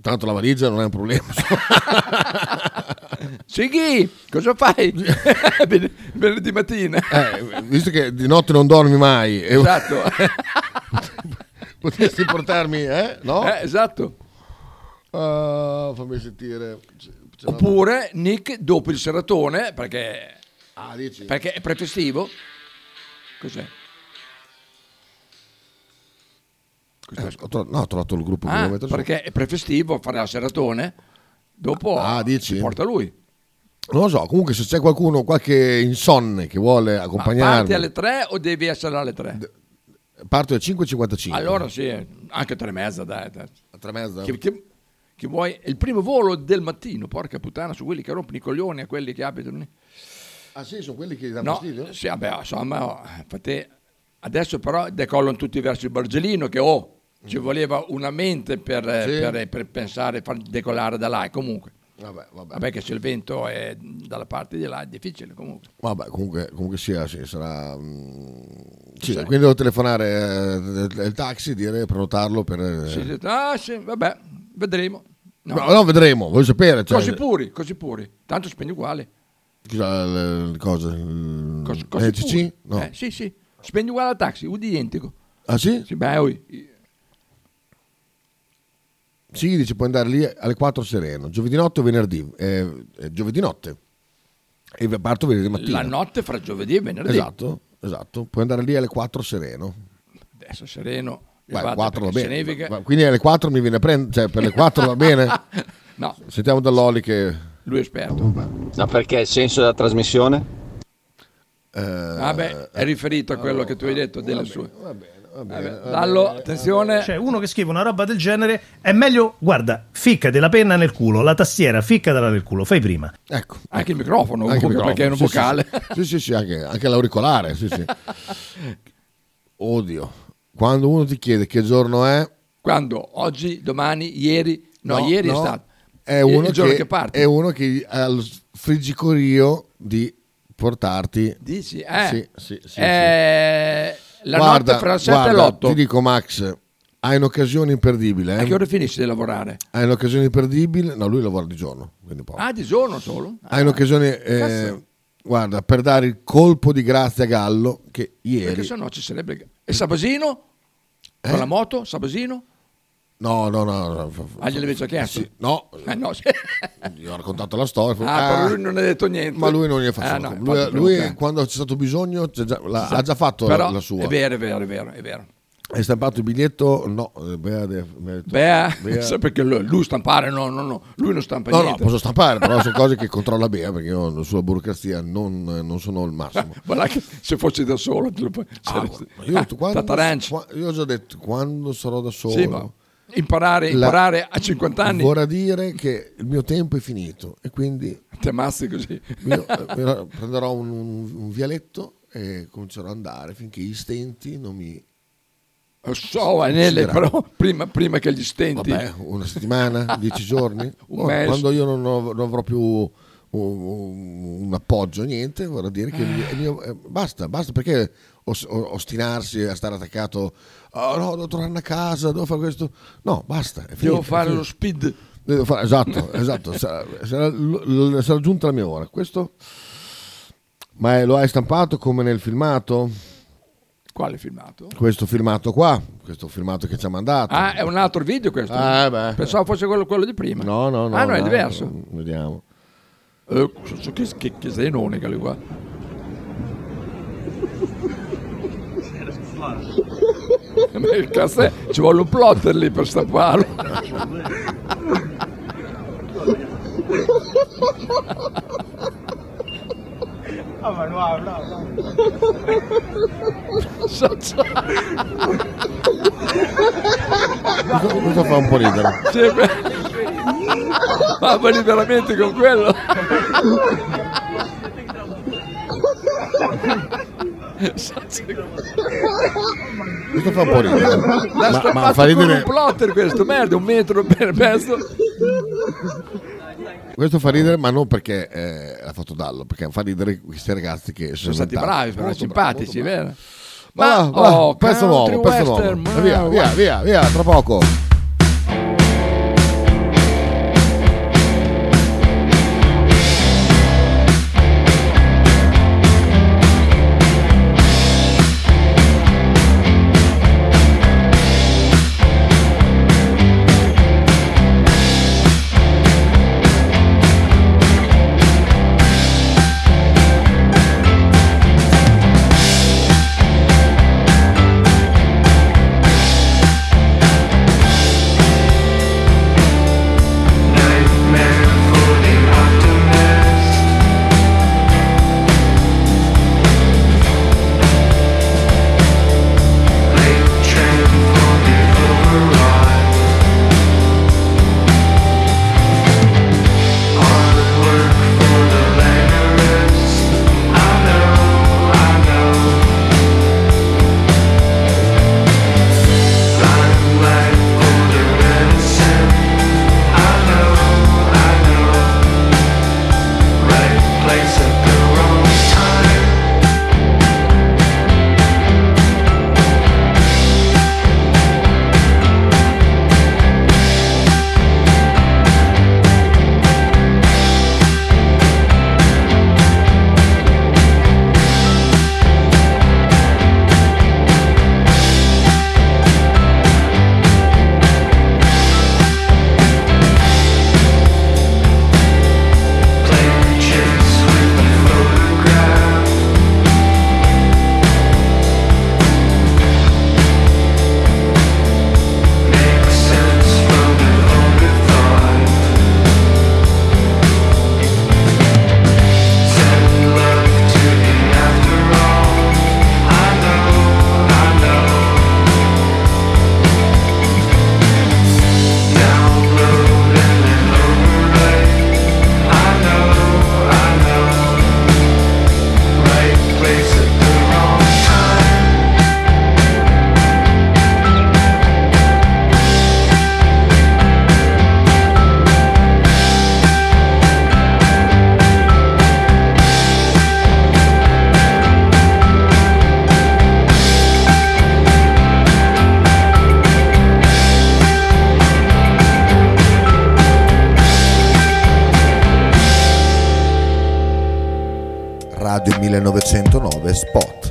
Tanto la valigia non è un problema.
Sighi, cosa fai? Ven- Venerdì mattina.
Eh, visto che di notte non dormi mai, eh. e-
Esatto.
potresti portarmi, eh? No?
Eh, esatto.
Ah, fammi sentire. C'è- c'è una-
Oppure Nick dopo il seratone, perché,
Ah, dici?
perché è prefestivo. Cos'è?
Eh, ho tro- no, ho trovato il gruppo che
Ah,
devo mettere su.
perché è prefestivo, farà il seratone, dopo
Ah, dici?
si porta lui.
Non lo so, comunque se c'è qualcuno, qualche insonne che vuole
Ma parti
accompagnarmi,
alle 3 o devi essere alle 3?
parto alle 5.55.
Allora sì, anche tre e mezza dai. dai.
Tre e mezza?
Che, che- che vuoi? È il primo volo del mattino, porca puttana, su quelli che rompono i coglioni a quelli che abitano lì.
Ah sì, sono quelli che danno
No,
fastidio?
sì, vabbè, insomma, infatti, adesso però decollano tutti verso il Bargelino che oh, ci voleva una mente per, eh,
Mm. Sì.
per- per pensare far decollare da là. E comunque,
Vabbè, vabbè.
vabbè che se il vento è dalla parte di là è difficile comunque.
Vabbè, comunque, comunque sia, sì, sarà... mm, sì,
Sì.
quindi devo telefonare eh, il taxi, dire prenotarlo per... eh,
Si dice, ah sì, vabbè, vedremo. No,
No, no, vedremo, voglio sapere. Cioè,
Così puri, così puri. Tanto spendi uguale.
Scusa, le- le cose, il-
Cos- così
NCC?
puri.
No.
Eh, sì, sì. Spendi uguale al taxi, udi identico.
Ah sì?
Sì, beh, oi.
Sì, dice puoi andare lì alle 4 sereno, giovedì notte o venerdì? Eh, eh, giovedì notte. E parto venerdì mattina.
La notte fra giovedì e venerdì.
Esatto, esatto. Puoi andare lì alle 4 sereno.
Adesso sereno.
Beh,
elevata,
4 va
perché
bene.
se nevica.
Ma- Quindi alle 4 mi viene a prendere, cioè per le 4 va bene?
No,
Sentiamo da Loli che...
lui è
Mm.
esperto.
Ma perché il senso della trasmissione?
eh,
Vabbè, Eh, Ah, è riferito a quello che tu hai detto delle sue.
Va bene, va
bene. Dallo, attenzione.
Cioè, uno che scrive una roba del genere è meglio, guarda, ficca della penna nel culo, la tastiera, ficcatela nel culo, fai prima.
Ecco.
Anche il microfono,
Anche il
comunque, perché è un
microfono,
vocale.
sì, Sì, sì, sì, sì, anche, anche l'auricolare. Sì, sì. Odio. Quando uno ti chiede che giorno è...
Quando? Oggi, domani, ieri? No,
No,
ieri è
no,
stato.
È
Il-
uno,
il giorno
che,
che, parte.
è uno che ha il friggicorio di portarti...
Dici, eh.
Sì, sì, sì,
Eh, La
Guarda,
notte fra il 7 e
guarda,
l'8.
Ti dico, Max, hai un'occasione imperdibile.
A
Eh?
che ora finisci di lavorare?
Hai un'occasione imperdibile. No, lui lavora di giorno. quindi poco.
Ah, di giorno solo?
Hai un'occasione, eh,
cazzo.
guarda, per dare il colpo di grazia a Gallo che
Perché
ieri...
sennò ci sarebbe... E Sabasino?
Eh?
Con la moto? Sabasino?
No, no, no. no, f- f-
Ah, gliel'avevi già chiesto?
Sì, no,
Eh, no, sì.
gli ho raccontato la storia.
Ah, però
ah,
lui non ha detto niente.
Ma lui non gli ha fatto
Ah, no,
nulla.
infatti,
Lui, lui,
però-
quando c'è stato bisogno, c'è già- la-
Sa-
ha già fatto la-
però
la sua.
È vero, è vero, è vero, è vero.
Hai stampato il biglietto? No, eh, Bea de- Bea-
Beh,
Bea-
sai perché lui, lui stampare, no, no, no, lui non stampa
No, no,
niente.
posso stampare, però sono cose che controlla Bea perché io sulla burocrazia non, non sono il massimo.
Guarda che se fossi da solo te lo puoi...
Ah,
saresti-
ma io, ho detto,
Ah,
quando-
Tataranci.
qua- io ho già detto quando sarò da solo.
Sì, ma imparare,
La-
imparare a 50 anni
Vorrà dire che il mio tempo è finito e quindi
ti ammazzi così.
io eh, mi- prenderò un, un- un violetto e comincerò ad andare finché gli stenti non mi...
Lo so, Anele,
uccideranno.
però prima, prima che gli stenti...
Vabbè, una settimana, dieci giorni?
Un
Ora,
mese.
Quando io non, ho- non avrò più un, un- un appoggio, niente, vorrà dire che il mio- il mio- eh, basta, basta perché os- o- ostinarsi a stare attaccato. Oh no, devo tornare a casa, devo fare questo. No, basta. È finito, è
Devo fare
finito.
lo speed.
Devo fare- esatto, esatto, sarà, sarà l- l- sarà giunta la mia ora. Questo, ma è- lo hai stampato come nel filmato?
Quale filmato?
Questo filmato qua, questo filmato che ci ha mandato.
Ah, è un altro video questo.
Ah, beh.
Pensavo fosse quello, quello di prima.
No, no, no.
Ah, no, è
no,
diverso.
no, Vediamo.
Eh, so- so che, che, che zenone che lui qua. Ma il cazzo è- ci vuole un plotter lì per stamparlo.
Ah, ma no, no,
Questo, questo fa un po' ridere.
Ma voli veramente con quello?
Questo fa un
um
po' ridere.
L'ha
Ma-
strappato
Ma, fa
con un
ridere,
plotter questo, merda, un metro per pezzo.
questo fa ridere, ma non perché eh, l'ha fatto Dallo, perché fa ridere questi ragazzi che sono,
Sono stati
inventati.
bravi, però
Molto
simpatici,
bravi, molto
vero?
bravi. Ma, va,
oh,
va, pezzo nuovo,
country
pezzo nuovo.
western,
Via,
ma-
via, via, via, tra poco.
Place at the wrong time. Place at the wrong time.
Radio 1909 Spot.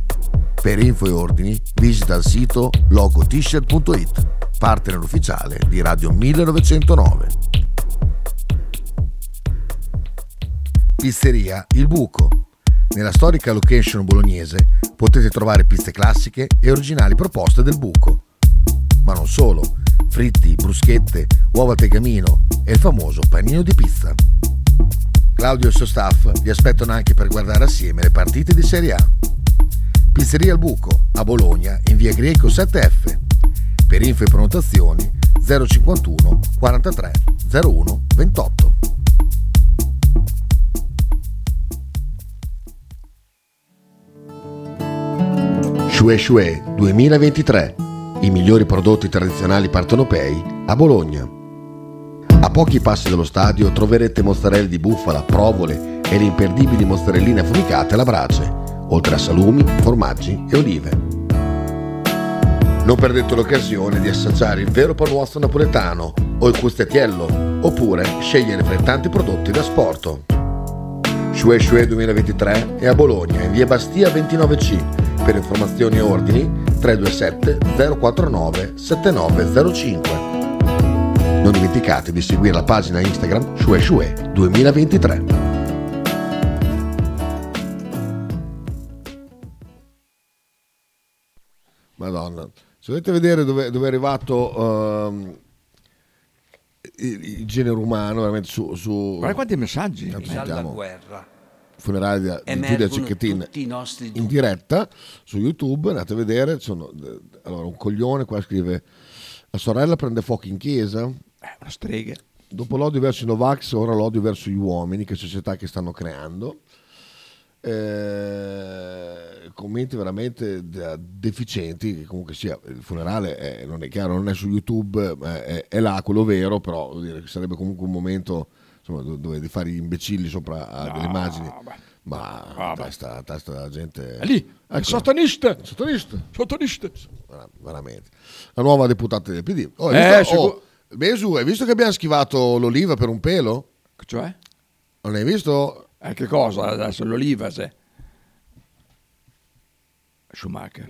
Per info e ordini visita il sito logotshirt.it, partner ufficiale di Radio 1909. Pizzeria Il Buco. Nella storica location bolognese potete trovare pizze classiche e originali proposte del buco. Ma non solo, fritti, bruschette, uova al tegamino e il famoso panino di pizza. Claudio e il suo staff vi aspettano anche per guardare assieme le partite di Serie A. Pizzeria al Buco, a Bologna, in via Greco 7F. Per info e prenotazioni 051 43 01 28.
Shue Shue 2023. I migliori prodotti tradizionali partenopei a Bologna. A pochi passi dallo stadio troverete mozzarella di bufala, provole e le imperdibili mozzarelline affumicate alla brace, oltre a salumi, formaggi e olive. Non perdete l'occasione di assaggiare il vero panuozzo napoletano o il custettiello, oppure scegliere fra i tanti prodotti da sporto.
Shue Shue 2023 è a Bologna, in via Bastia 29C. Per informazioni e ordini 327 049 7905. Non dimenticate di seguire la pagina Instagram Shue Shue 2023.
Madonna. Se volete vedere dove, dove è arrivato ehm, il, il genere umano, veramente su... su
Guarda quanti messaggi.
Salva
guerra.
Funerali di, di Giulia
Emergono
Cecchettin
tutti i nostri
in
dubbi.
diretta su YouTube, andate a vedere. ci sono, eh, allora, un coglione qua scrive la sorella prende fuoco in chiesa.
una strega.
Dopo l'odio verso i Novax, ora l'odio verso gli uomini, che società che stanno creando. Eh, commenti veramente da deficienti che comunque sia il funerale è- non è chiaro non è su youtube eh, è, è là quello vero però vuol dire che sarebbe comunque un momento insomma, do- dove fare gli imbecilli sopra a
Ah,
delle immagini ma testa, testa della gente
È lì,
Ecco,
è satanista.
Satanista.
Satanista.
Ecco.
vera- veramente la nuova deputata del PD Oh, hai
Eh,
visto-
sicur-
oh, Besu hai visto che abbiamo schivato l'oliva per un pelo?
cioè?
non hai visto?
Eh, che cosa adesso? L'oliva se... Schumacher.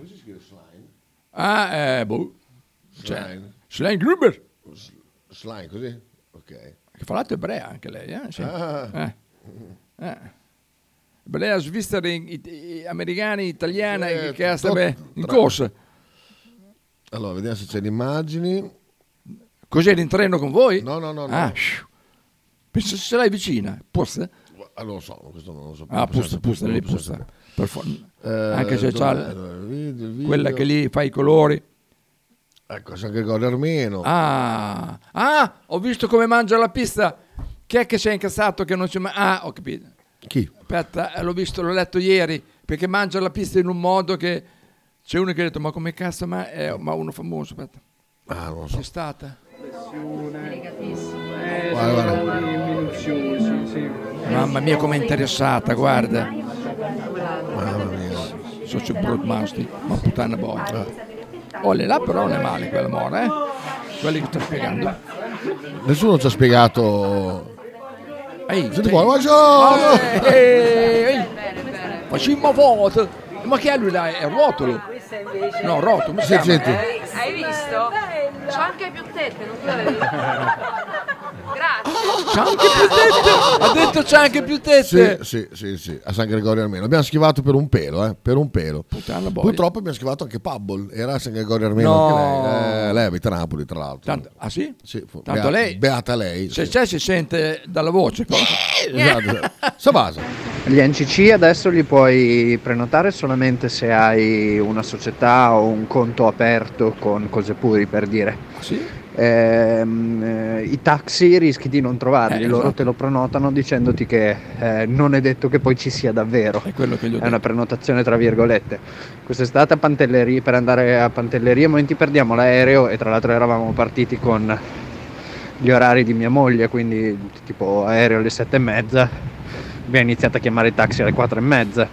Ah, eh, boh. Cioè,
Schlein.
Schlein Gruber.
slime così? ok
Che fra l'altro è ebrea anche lei, eh? Sì.
Ah.
Eh. Eh. Ebrea svizzera, it- i- americana, italiana,
Eh,
che è
tot-
in
tra-
corsa.
Allora, vediamo se c'è le immagini.
Cos'era in treno con voi?
No, no, no. no.
Ah, shh. penso se l'hai vicina. Posta?
Ah, non lo so, questo non lo so.
Ah, posta,
Posso-
posta, lì
posso-
posta. Per for-
Eh,
anche se c'ha
dov'è? Allora, il video, il video.
quella che lì fa i colori.
Ecco, c'è Gregorio Armeno.
Ah, ah, ho visto come mangia la pizza. Chi è che si è incazzato che non c'è mai... Ah, ho capito.
Chi?
Aspetta, eh, l'ho visto, l'ho letto ieri, perché mangia la pizza in un modo che... C'è uno che ha detto, ma come cazzo, ma, eh, ma uno famoso, aspetta.
Ah, non lo
C'è stata.
Eh,
Guarda,
sono
guarda.
minuziosi, sì.
Mamma mia, com'è interessata, guarda.
Mamma mia.
Socio Broadmaster, ma puttana boia.
Eh.
Oh, le là però non è male quella mora, eh? Quelli che sto spiegando.
Nessuno ci ha spiegato.
Ehi,
Senti qua, buongiorno!
Facciamo voto. Ma che è lui là? È rotolo? No, rotolo, come si
Sì,
chiama?
senti.
Hai visto? C'ho anche più tette, non tu l'avevi visto. Grazie.
C'ha anche più tette! Ha detto c'ha anche più tette!
Sì, sì, sì, sì, a San Gregorio Armeno. Abbiamo schivato per un pelo, eh, per un pelo.
boia.
Purtroppo abbiamo schivato anche Pabble, era a San Gregorio Armeno
No.
anche lei. Eh, lei abita a Napoli, tra l'altro.
Tanto- ah sì?
fu-
Tanto
beata,
lei-
Beata lei.
Se
sì.
c'è si sente dalla voce. però.
Esatto. Sabasa.
Gli NCC adesso li puoi prenotare solamente se hai una società o un conto aperto con cose puri per dire. Ehm, eh, I taxi rischi di non trovarli,
Eh,
loro
esatto.
te lo prenotano dicendoti che eh, non è detto che poi ci sia davvero. È, una prenotazione tra virgolette. Quest'estate a Pantelleria, per andare a Pantelleria, momenti perdiamo l'aereo e tra l'altro eravamo partiti con gli orari di mia moglie, quindi tipo aereo alle sette e mezza, abbiamo iniziato a chiamare i taxi alle quattro e mezza,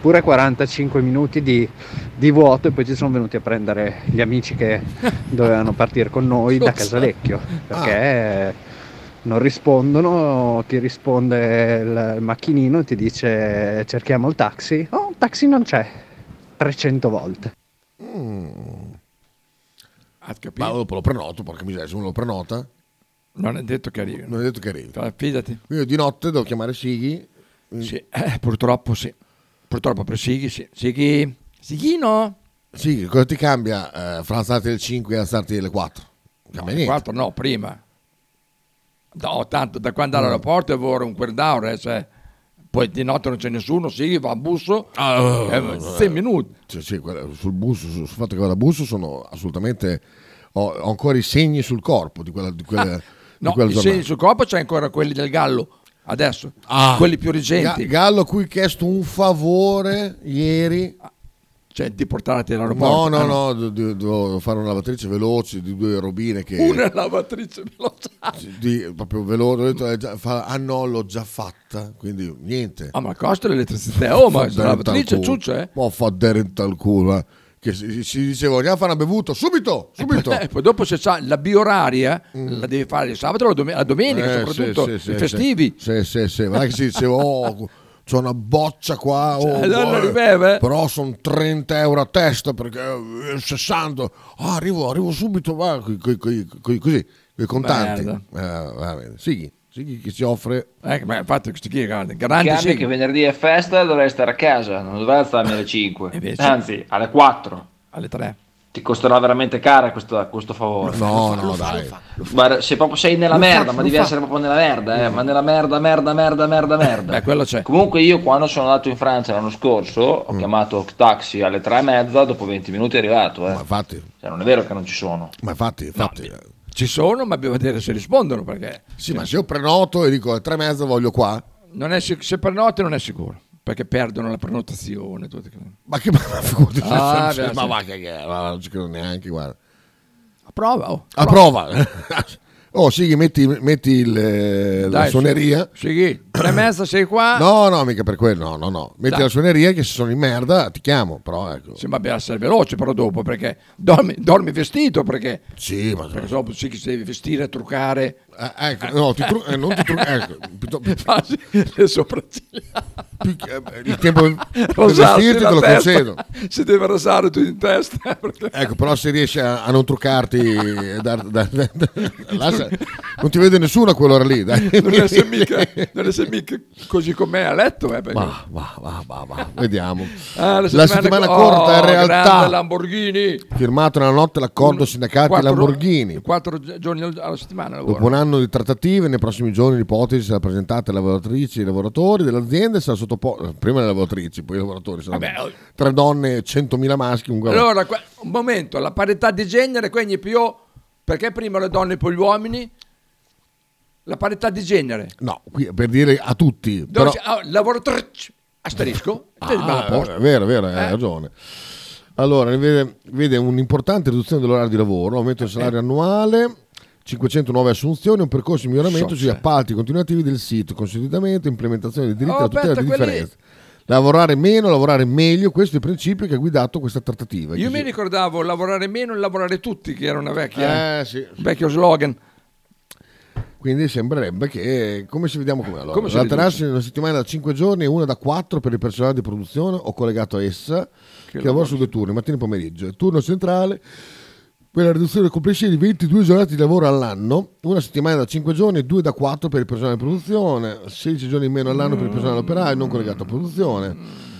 pure 45 minuti di, di vuoto e poi ci sono venuti a prendere gli amici che dovevano partire con noi da Casalecchio, perché non rispondono, ti risponde il, il macchinino e ti dice cerchiamo il taxi, oh il taxi non c'è, 300 volte.
Mm.
Ma dopo lo prenoto, porca miseria, se uno lo prenota.
Non è detto che arrivi. Cioè,
Non è detto che arrivi.
Fidati.
Io di notte devo chiamare Sighi. Mm.
Sì, eh, purtroppo sì. Purtroppo per Sighi sì. Sighi... Sighino?
Sighi, cosa ti cambia eh, fra alzarti alle 5 e alzarti alle 4?
No,
niente.
4 no, prima. No, tanto da
Mm.
quando all'aeroporto vorrei un quarto d'ora, eh, cioè. Poi di notte non c'è nessuno, Sighi va a busso.
Ah, oh,
eh, sei minuti.
Sì, sì, guarda, sul busto, sul, sul fatto che vado a busto sono assolutamente... Ho, ho ancora i segni sul corpo di quella, di quella, eh. di
Ah, No,
quella
i
giornata.
segni sul corpo c'è ancora quelli del gallo, adesso.
Ah.
quelli più
Ga-
recenti.
Gallo a cui ho chiesto un favore ieri.
Cioè di portarti
No,
all'aeroporto.
no,
Ah,
no, do- do- dovevo oh, fare una lavatrice veloce di due robine che...
Una lavatrice veloce.
di- proprio veloce, ho detto, eh, già- fa- ah no, l'ho già fatta, quindi niente.
Ah, ma costa l'elettricità. Oh, ma la lavatrice ciuccia, eh.
Ma fa derenta al culo, eh. Che si, si diceva, andiamo a fare una bevuta, subito, subito. Mm.
Eh, poi dopo se sa la bioraria la devi fare il sabato o la, dom- la domenica,
Eh,
soprattutto
sì, sì,
i
sì,
festivi.
Sì, sì, sì, guarda che si diceva, oh, c'ho una boccia qua, oh,
allora
eh,
li beve?
però sono 30 euro a testa perché eh, 60, Ah, arrivo, arrivo subito, va, coi- coi- coi- coi- così, con i contanti.
Merda.
Eh, va bene. Sighi, Sighi che si offre...
Eh, ma infatti questo qui è grande,
Grande
grande Sighi.
che venerdì è festa dovrei stare a casa, non dovrei starmi alle
Eh
5,
invece-
anzi
certo.
alle 4.
Alle 3.
Ti costerà veramente cara questo, questo favore.
No, no, dai.
Guarda, se proprio sei nella
Lo fa,
merda,
lo
ma devi
fa.
essere proprio nella merda, eh, ma nella merda, merda, merda,
Eh,
merda, merda.
Beh, quello c'è.
Comunque io quando sono andato in Francia l'anno
Mm.
scorso ho chiamato taxi alle tre e mezza, dopo 20 minuti è arrivato. Eh. Ma
infatti.
Cioè, non è vero che non ci sono.
Ma infatti, infatti... eh.
Ci sono, ma bisogna vedere se rispondono perché cioè
Sì, ma se io prenoto e dico tre e mezza voglio qua,
non è sic- se prenoti non è sicuro, perché perdono la prenotazione. tutte quelle-
ma che ma, figurati,
Ah,
se-
beh,
ma
sì.
va che che- ma non ci credo neanche, guarda.
A prova, oh.
A prova. oh, Sighi, metti, metti il, eh, la
Dai,
suoneria.
Sighi, tre e mezza sei qua.
No, no, mica per quello, no, no, no. Metti
Dai.
la suoneria che se sono in merda ti chiamo, però ecco.
Sì, ma bisogna essere veloce però dopo perché dormi, dormi vestito perché...
Sì, ma...
Perché dopo sì che si deve vestire, truccare...
ecco, no, ti tru- eh, non ti tru- ecco,
Farsi le sopracciglia.
eh, il tempo per
Rasarsi
vestirti
la
te lo
testa.
concedo.
Si deve rasare tutto in testa. perché-
Ecco, però se riesci a, a non truccarti, e dar- dar- dar- là sa- non ti vede nessuno a quell'ora lì. Dai.
Non essere mica, non essere mica così com'è a letto. Eh, perché-
Ma, ma, ma, ma, ma, vediamo.
Ah,
la settimana,
co-
corta in
oh, grande
realtà
Lamborghini.
firmato nella notte l'accordo sindacati
quattro-
Lamborghini.
Quattro gi- giorni al- alla settimana lavoro.
Dopo un anno di trattative, nei prossimi giorni l'ipotesi sarà presentata ai lavoratrici e ai lavoratori dell'azienda e sarà sottoposta. Prima le lavoratrici, poi i lavoratori. Saranno
Vabbè, oh.
tre donne e 100.000 maschi. Comunque,
Allora, qua- un momento, la parità di genere, quindi più... Perché prima le donne e poi gli uomini? La parità di genere.
no, qui per dire a tutti.
Dove
Però,
si- ah, lavoratrici, asterisco. te li va a
Ah,
posto.
è vero, è vero,
Eh.
hai ragione. Allora, vede, vede un'importante riduzione dell'orario di lavoro, aumento
Eh,
del salario annuale, 509 assunzioni, un percorso di miglioramento
So,
sugli
sì.
appalti continuativi del sito, consolidamento, implementazione dei diritti
Oh,
alla tutela
aspetta,
di
quelli-
differenze. Lavorare meno, lavorare meglio, questo è il principio che ha guidato questa trattativa.
Io mi ricordavo lavorare meno e lavorare tutti, che era una vecchia,
Eh, sì.
un vecchio slogan.
Quindi sembrerebbe che, come ci vediamo come allora,
Come si
l'alternarsi in una settimana da 5 giorni e una da 4 per il personale di produzione o collegato a essa, che, lavora su due turni, mattina e pomeriggio, il turno centrale per la riduzione complessiva di 22 giornate di lavoro all'anno, una settimana da 5 giorni e due da 4 per il personale di produzione, 16 giorni in meno all'anno per il personale
Mm.
operaio non collegato a produzione.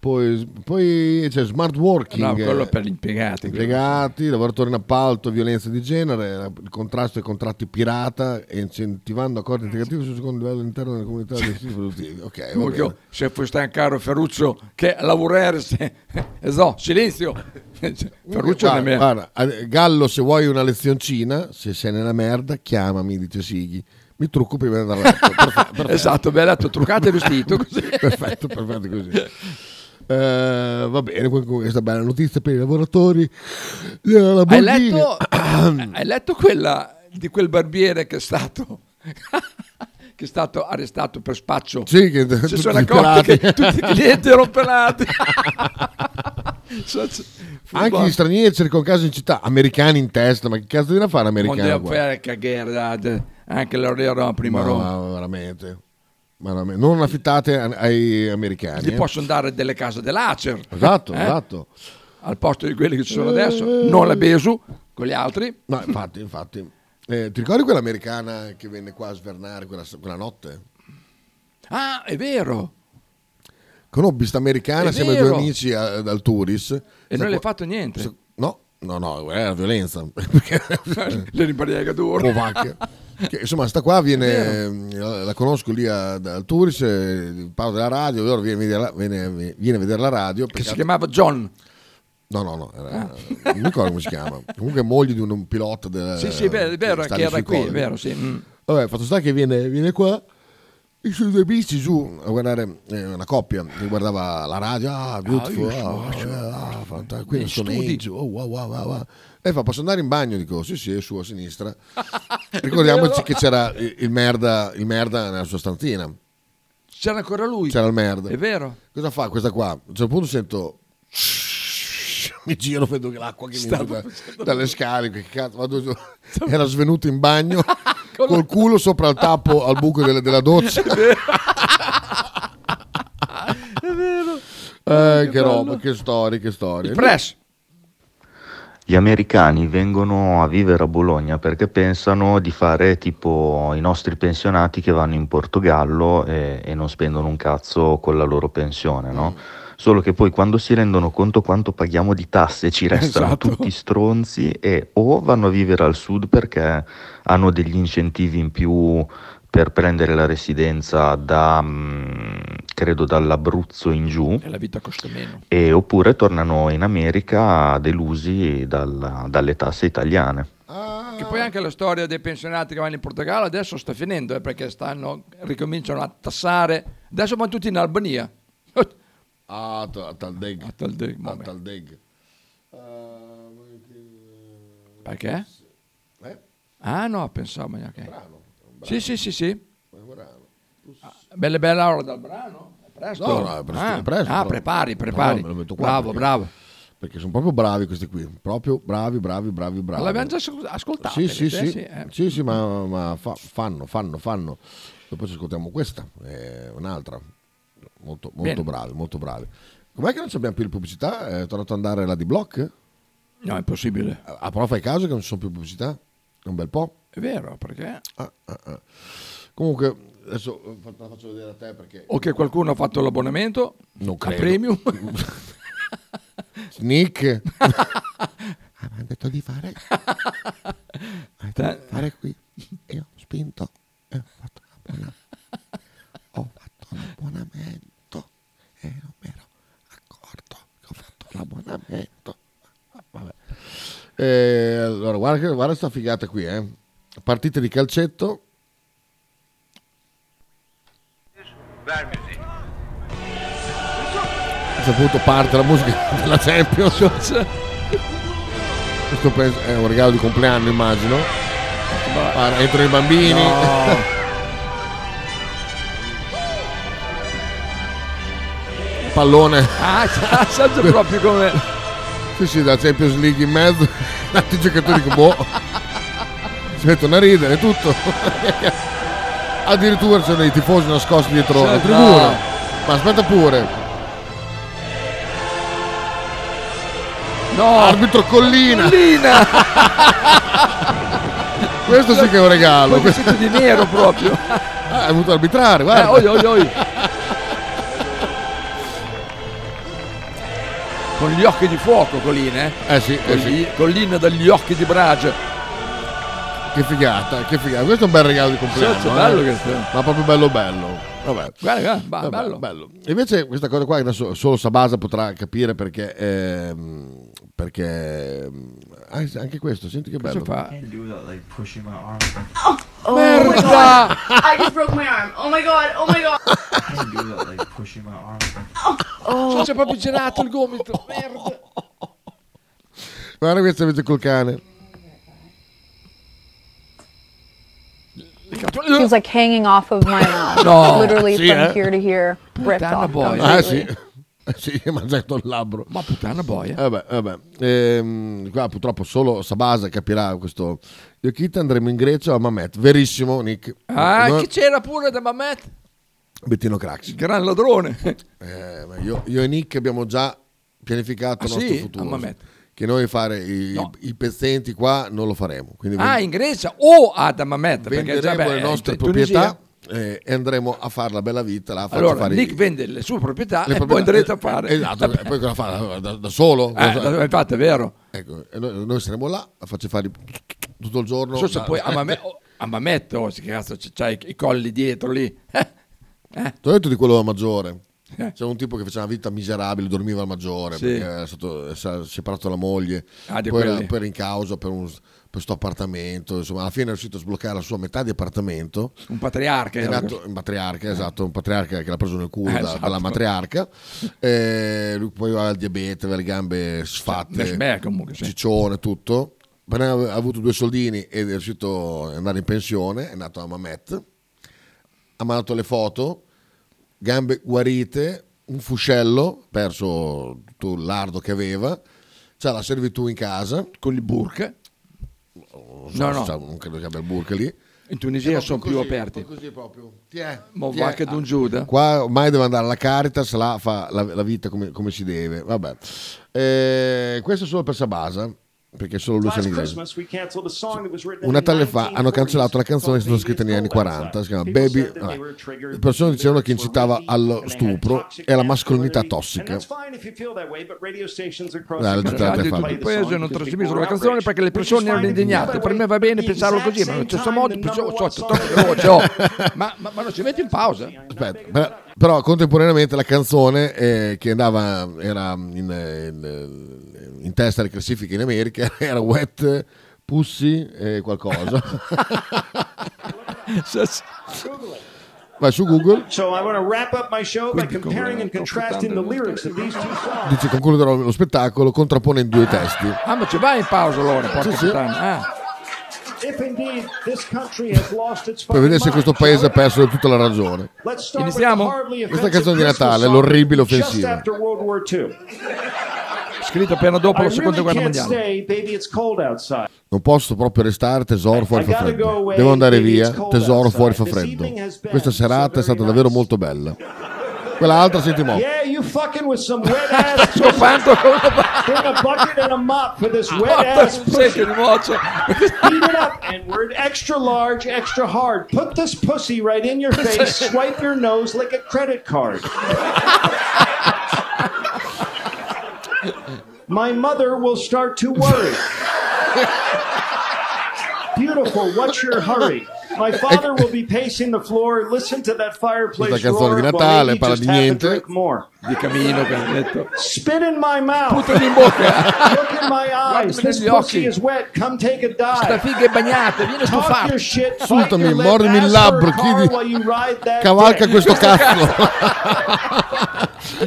Poi, poi c'è smart working,
No, quello
eh,
per gli impiegati.
impiegati, lavoratori in appalto, violenza di genere, il contrasto ai contratti pirata e incentivando
Eh,
accordi integrativi sul secondo livello all'interno delle comunità dei siti produttivi. Ok, va
Comunque,
bene.
se fosse un caro Ferruccio che lavorare, se... no, silenzio. Cioè, Ferruccio
Guarda,
non è
guarda, eh, Gallo, se vuoi una lezioncina, se sei nella merda, chiamami, dice Sighi. Mi trucco prima di andare a letto. Perfe- perfetto.
Esatto, beh, letto, truccate il vestito, così.
perfetto, perfetto così. Eh, va bene, que- questa bella notizia per i lavoratori. della
Hai
Lamborghini.
letto, hai letto quella di quel barbiere che è stato che è stato arrestato per spaccio?
Sì, che-
si
tutti
sono
pelati.
accorti che tutti i clienti erano pelati.
Anche gli stranieri cercano casi in città, americani in testa, ma che cazzo devono fare americani?
Mondiale
qua?
fare cagare, anche l'Oreo prima
Ma-
Roma.
ma veramente. Ma veramente. Non affittate a- ai americani.
Gli
eh.
possono dare delle case dell'Acer.
Esatto,
eh?
esatto.
Al posto di quelli che ci sono adesso, non la Besu, con gli altri.
Ma infatti, infatti. Eh, ti ricordi quell'americana che venne qua a svernare quella, quella notte?
Ah, è vero.
Conobbi sta
È
americana assieme a due
vero.
amici a- dal Turis.
E non le hai fatto niente.
No, no, no, è la violenza. Perché-
Le ribarega duro.
Oh, vacca. Che, insomma, sta qua viene, eh, la conosco lì a- al Turis, eh, parlo della radio, allora viene, a vedere la- viene- viene a vedere la radio.
Che si
perché-
chiamava John. Ah.
No, no, no, era- non mi ricordo come si chiama. Comunque è moglie di un, un pilota del...
Sì, sì, è vero, è vero
sta
che
lì
era
sui
qui, è
colli.
vero, sì. mm.
Vabbè, fatto sta che viene, viene qua, i suoi due amici giù a guardare eh, una coppia che guardava la radio, ah, beautiful,
io
ah,
so,
ah, ah, fantastico, qui
nei
è soneggio, oh, wow, wow, wow, wow. E fa, posso andare in bagno? Dico, sì, sì, è suo a sinistra. Ricordiamoci che c'era il il merda, il merda nella sua stanzina,
C'era ancora lui.
c'era il merda.
È vero.
Cosa fa questa qua? A un certo punto sento... Mi giro, vedo che l'acqua che
Stavo
viene da-
facendo-
dalle scale, che cazzo, vado giù. era svenuto in bagno col culo sopra il tappo al buco della, della doccia. Eh, che roba, che storie, che storie.
Il press.
Gli americani vengono a vivere a Bologna perché pensano di fare tipo i nostri pensionati che vanno in Portogallo e, e non spendono un cazzo con la loro pensione, no? Solo che poi quando si rendono conto quanto paghiamo di tasse ci restano
Esatto.
tutti stronzi e o vanno a vivere al sud perché hanno degli incentivi in più per prendere la residenza da, mm, credo, dall'Abruzzo in giù.
E la vita costa meno.
E oppure tornano in America delusi dal- dalle tasse italiane.
Che poi anche la storia dei pensionati che vanno in Portogallo adesso sta finendo eh, perché stanno, ricominciano a tassare. Adesso vanno tutti in Albania.
Ah, a Taldeg.
A Taldeg. vabbè. Perché?
Eh?
Ah no, pensavo. ok. Sì, sì, sì, sì. Bella, bella ora dal brano. È presto.
No, no, è presto,
ah,
è presto,
ah,
però.
prepari, prepari.
No, me lo metto qua
bravo,
perché-
bravo.
Perché sono proprio bravi questi qui, proprio bravi, bravi, bravi, bravi.
L'abbiamo già ascol- ascoltato.
Sì, sì,
eh,
sì,
eh.
sì, sì, ma, ma fa- fanno, fanno, fanno. Dopo ci ascoltiamo questa, eh, un'altra. Molto, molto
Bene.
bravi, molto bravi. Com'è che non abbiamo più le pubblicità? È tornato ad andare la di block?
No, è impossibile.
Ah, però fai caso che non ci sono più pubblicità? Un bel po'.
È vero, perché...
Ah, ah, ah. Comunque, adesso eh, fa- te la faccio vedere a te perché...
O che qualcuno ha fatto l'abbonamento
Non
a
credo.
premium.
Nick.
Ah, mi hanno detto di fare. mi hanno detto di fare qui. E ho spinto. E ho fatto una buona. Ho fatto un abbonamento. E non mi ero accorto che ho fatto l'abbonamento.
Vabbè. Eh, allora, guarda, che- guarda sta figata qui, eh. Partite di calcetto. A un certo punto parte la musica della Champions. Questo penso- è un regalo di compleanno, immagino. Guarda, entrano i bambini. Pallone.
Ah, sa- saggio proprio come...
Sì, sì, la Champions League in mezzo. Tanti giocatori che boh. Si mettono a ridere, tutto. Addirittura ci sono i tifosi nascosti dietro la
Sì,
tribuna.
Certo. no.
Ma aspetta pure.
No.
Arbitro Collina. Questo sì che è un regalo.
Poi vestito di nero proprio.
Ah, hai voluto arbitrare, guarda.
Eh, oi, oi, oi. Con gli occhi di fuoco, Colina. Eh,
Eh sì,
con
eh sì.
gli- Collina dagli occhi di Brage.
Che figata, che figata. Questo è un bel regalo di compleanno.
Certo, bello
eh.
questo.
Ma proprio bello bello. Vabbè.
Guarda, guarda, ba-
Vabbè,
bello.
Invece questa cosa qua adesso solo Sabasa potrà capire perché... ehm, perché... ehm, ah, anche questo, senti che bello.
Oh
my
god! I just broke my arm. Oh my god, oh my god.
Oh, c'è proprio girato il gomito. Merda.
Guarda questa invece col cane.
He was like hanging off of my mouth,
No.
literally
See
from
eh.
that?
here to here, ripped
Puttana
off.
boy.
Ah
completely.
sì, Eh, sì, ha mangiato il labbro. Eh
Ma puttana boia.
Vabbè, vabbè. Ehm, qua purtroppo solo Sabasa capirà questo. Io Kit andremo in Grecia a Mamet. Verissimo, Nick.
Ah,
No,
chi c'era pure da Mamet?
Bettino Craxi.
Gran ladrone.
Eh, ma io, io e Nick abbiamo già pianificato
Ah,
il nostro
sì?
futuro.
A Mamet.
Che noi fare i, i pezzenti qua non lo faremo. Quindi
Ah,
vend-
in Grecia o ad Amamet. Perché già,
venderemo
beh,
le nostre
in Tunisia.
proprietà eh, e andremo a fare la bella vita. La faccio
Allora,
fare i-
Nick vende le sue proprietà
le
e poi
proprietà-
andrete a fare.
Esatto, e poi cosa fa? Da, da solo?
Eh, da- infatti, è vero.
Ecco, e noi, noi saremo là, la faccio fare tutto il giorno. eh,
Non so se
Ma-
poi Amame- oh, Amamet, oh, che cazzo, c'è, c'hai i colli dietro lì. Eh.
Ti ho detto di quello maggiore. C'era un tipo che faceva una vita miserabile, dormiva al maggiore,
Sì.
perché è stato è stato separato dalla moglie,
Ah, di
poi era,
quelli.
poi era in causa per un questo appartamento, insomma alla fine è riuscito a sbloccare la sua metà di appartamento.
Un patriarca,
È
era
nato- un patriarca, esatto, un patriarca che l'ha preso nel culo
Eh,
da-
esatto.
dalla matriarca. Eh, lui poi aveva il diabete, aveva le gambe sfatte,
Cioè, beh, comunque, sì.
ciccione, tutto. Appena ha avuto due soldini ed è riuscito ad andare in pensione, è nato a Mamet, ha mandato le foto, gambe guarite, un fuscello, perso tutto il lardo che aveva, c'ha la servitù in casa.
Con il burka?
Non, so,
No, no.
se c'ha- non credo che abbia il burka lì.
In Tunisia sono più
Eh, così,
aperti.
Così proprio. Ti è?
Ma
Ti
va
è?
che d'un Giuda.
Qua ormai devo andare alla Caritas, là fa la, la vita come, come si deve. Vabbè. Eh, questo è solo per Sabasa, perché solo lui sa
Last
l'inglese.
Christmas we canceled a song that was written
Un
in the
Natale fa hanno cancellato una canzone che è stata scritta negli anni 40, si chiama Baby. Ah. vabbè. Le persone dicevano che incitava allo stupro e alla mascolinità tossica.
fine if you feel that way, but radio stations across
Dai,
the
la
country
gente fa.
radio di tutto il paese non trasmisero la canzone perché le persone erano indignate. Per me va bene pensarlo così, ma non c'è sto modo, pensavo, so, so, troppo veloce, oh. ma, ma, ma non si mette in pausa.
Aspetta, però- però contemporaneamente la canzone eh, che andava era in, eh, in- in testa alle classifiche in America era Wet Pussy e qualcosa. Vai su Google,
So I want to wrap up my show by comparing and contrasting the lyrics of these two songs.
dice concluderò lo spettacolo contrapponendo due testi.
Ah, ma ci vai in pausa allora, porca
Sì, sì.
puttana. Ah,
If indeed this country has lost its
Per
fucking
vedere se
mind.
questo paese ha perso tutta la ragione.
Let's start with
Iniziamo?
the hardly
Questa canzone di
offensive
Natale è
Christmas
l'orribile
song just
offensiva.
after World War II.
scritto appena dopo
I
la seconda
really
guerra
can't
mondiale.
stay, baby, it's cold outside.
Non posso proprio restare, tesoro fuori fa
I gotta go
freddo.
away,
Devo andare
baby,
via,
it's cold
tesoro fuori fa
outside. This
freddo.
evening has been
Questa serata è stata davvero molto bella. Quell'altra sentiamo.
Yeah, you fucking with some wet ass.
Scopando con Ah,
Bring a bucket and a mop for this wet
Porta
ass pussy.
specie di voce.
Heat it up, and we're extra large, extra hard. Put this pussy right in your face. Swipe your nose like a credit card. My mother will start to worry. Beautiful, what's your hurry? My father will be pacing the floor. Listen to that
Questa
fireplace
canzone
roar
di
while
Natale
maybe
parla
just
di
half a
niente.
drink more.
Di Camino che ha detto.
Spit in my mouth.
Puttani in bocca.
Look in my eyes.
Guardami
This
negli
pussy
occhi.
is wet. Come take a dive.
Sta figa è bagnata, viene
Talk
stufata.
your shit, bite
Assolutami,
your lip,
mordimi il
ask
labbro,
for a car
chiedi-
while you ride that
Cavalca
dick.
questo cazzo.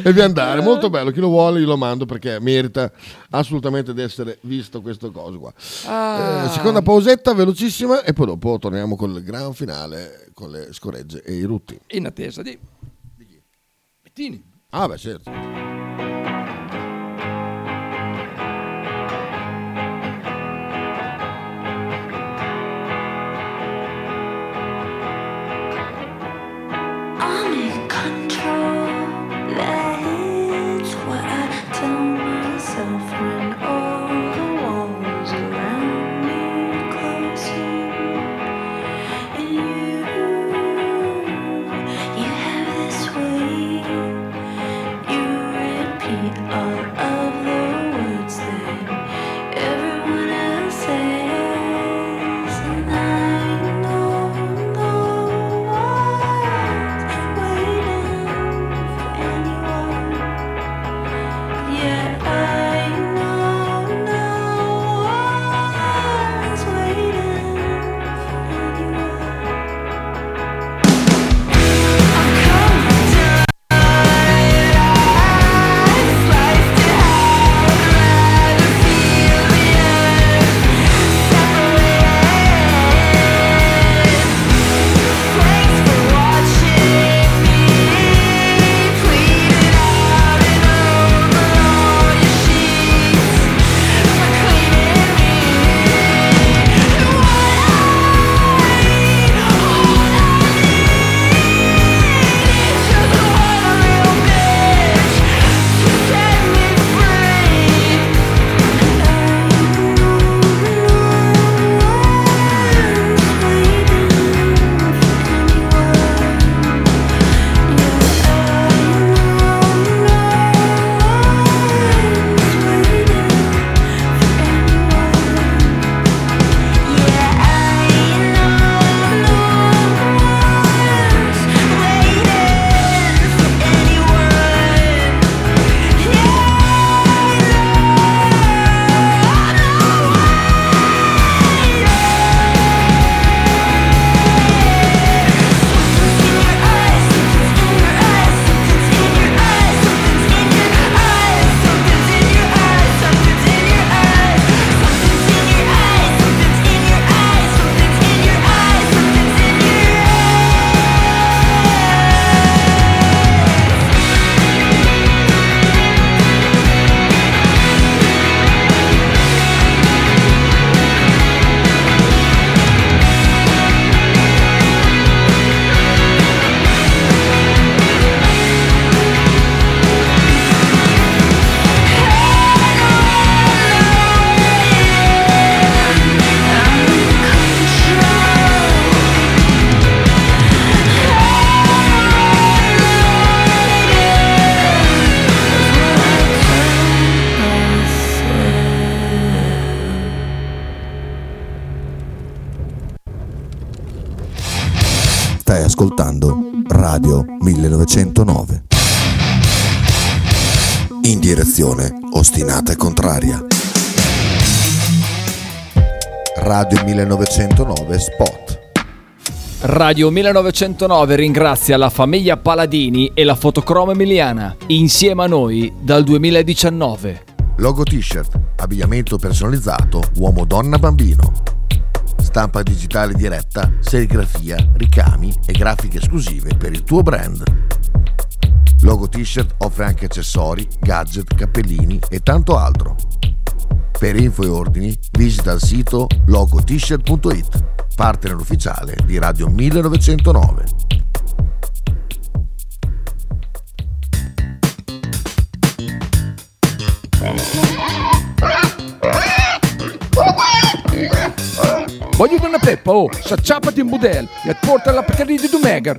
e vi andare, molto bello. Chi lo vuole, io lo mando perché merita assolutamente di essere visto questo coso qua.
Ah.
Eh, seconda pausetta, velocissima, e poi dopo torniamo col gran finale con le scoregge e i rutti.
In attesa di... Bettini.
Ah, beh, certo.
I'm in control. That is what I tell myself when all the walls around me close in. And you, you have this way. You repeat
Stai ascoltando Radio 1909. In direzione ostinata e contraria. Radio 1909 Spot.
Radio 1909 ringrazia la famiglia Paladini e la fotocromo emiliana, insieme a noi dal 2019.
Logo t-shirt, abbigliamento personalizzato, uomo, donna, bambino. Stampa digitale diretta, serigrafia, ricami e grafiche esclusive per il tuo brand. Logo t-shirt offre anche accessori, gadget, cappellini e tanto altro. Per info e ordini visita il sito logot-shirt.it, partner ufficiale di Radio 1909.
Voglio una peppa, oh, s'acciappati in budel e porta la Pcaridi di Dumegar.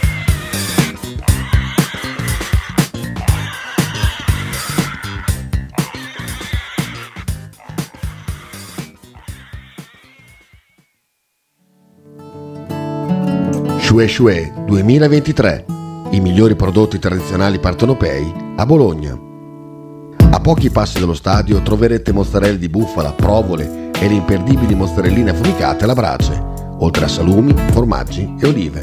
Shue Shue 2023. I migliori prodotti tradizionali partenopei a Bologna. A pochi passi dallo stadio troverete mozzarella di bufala, provole e le imperdibili mozzarelline affumicate alla brace, oltre a salumi, formaggi e olive.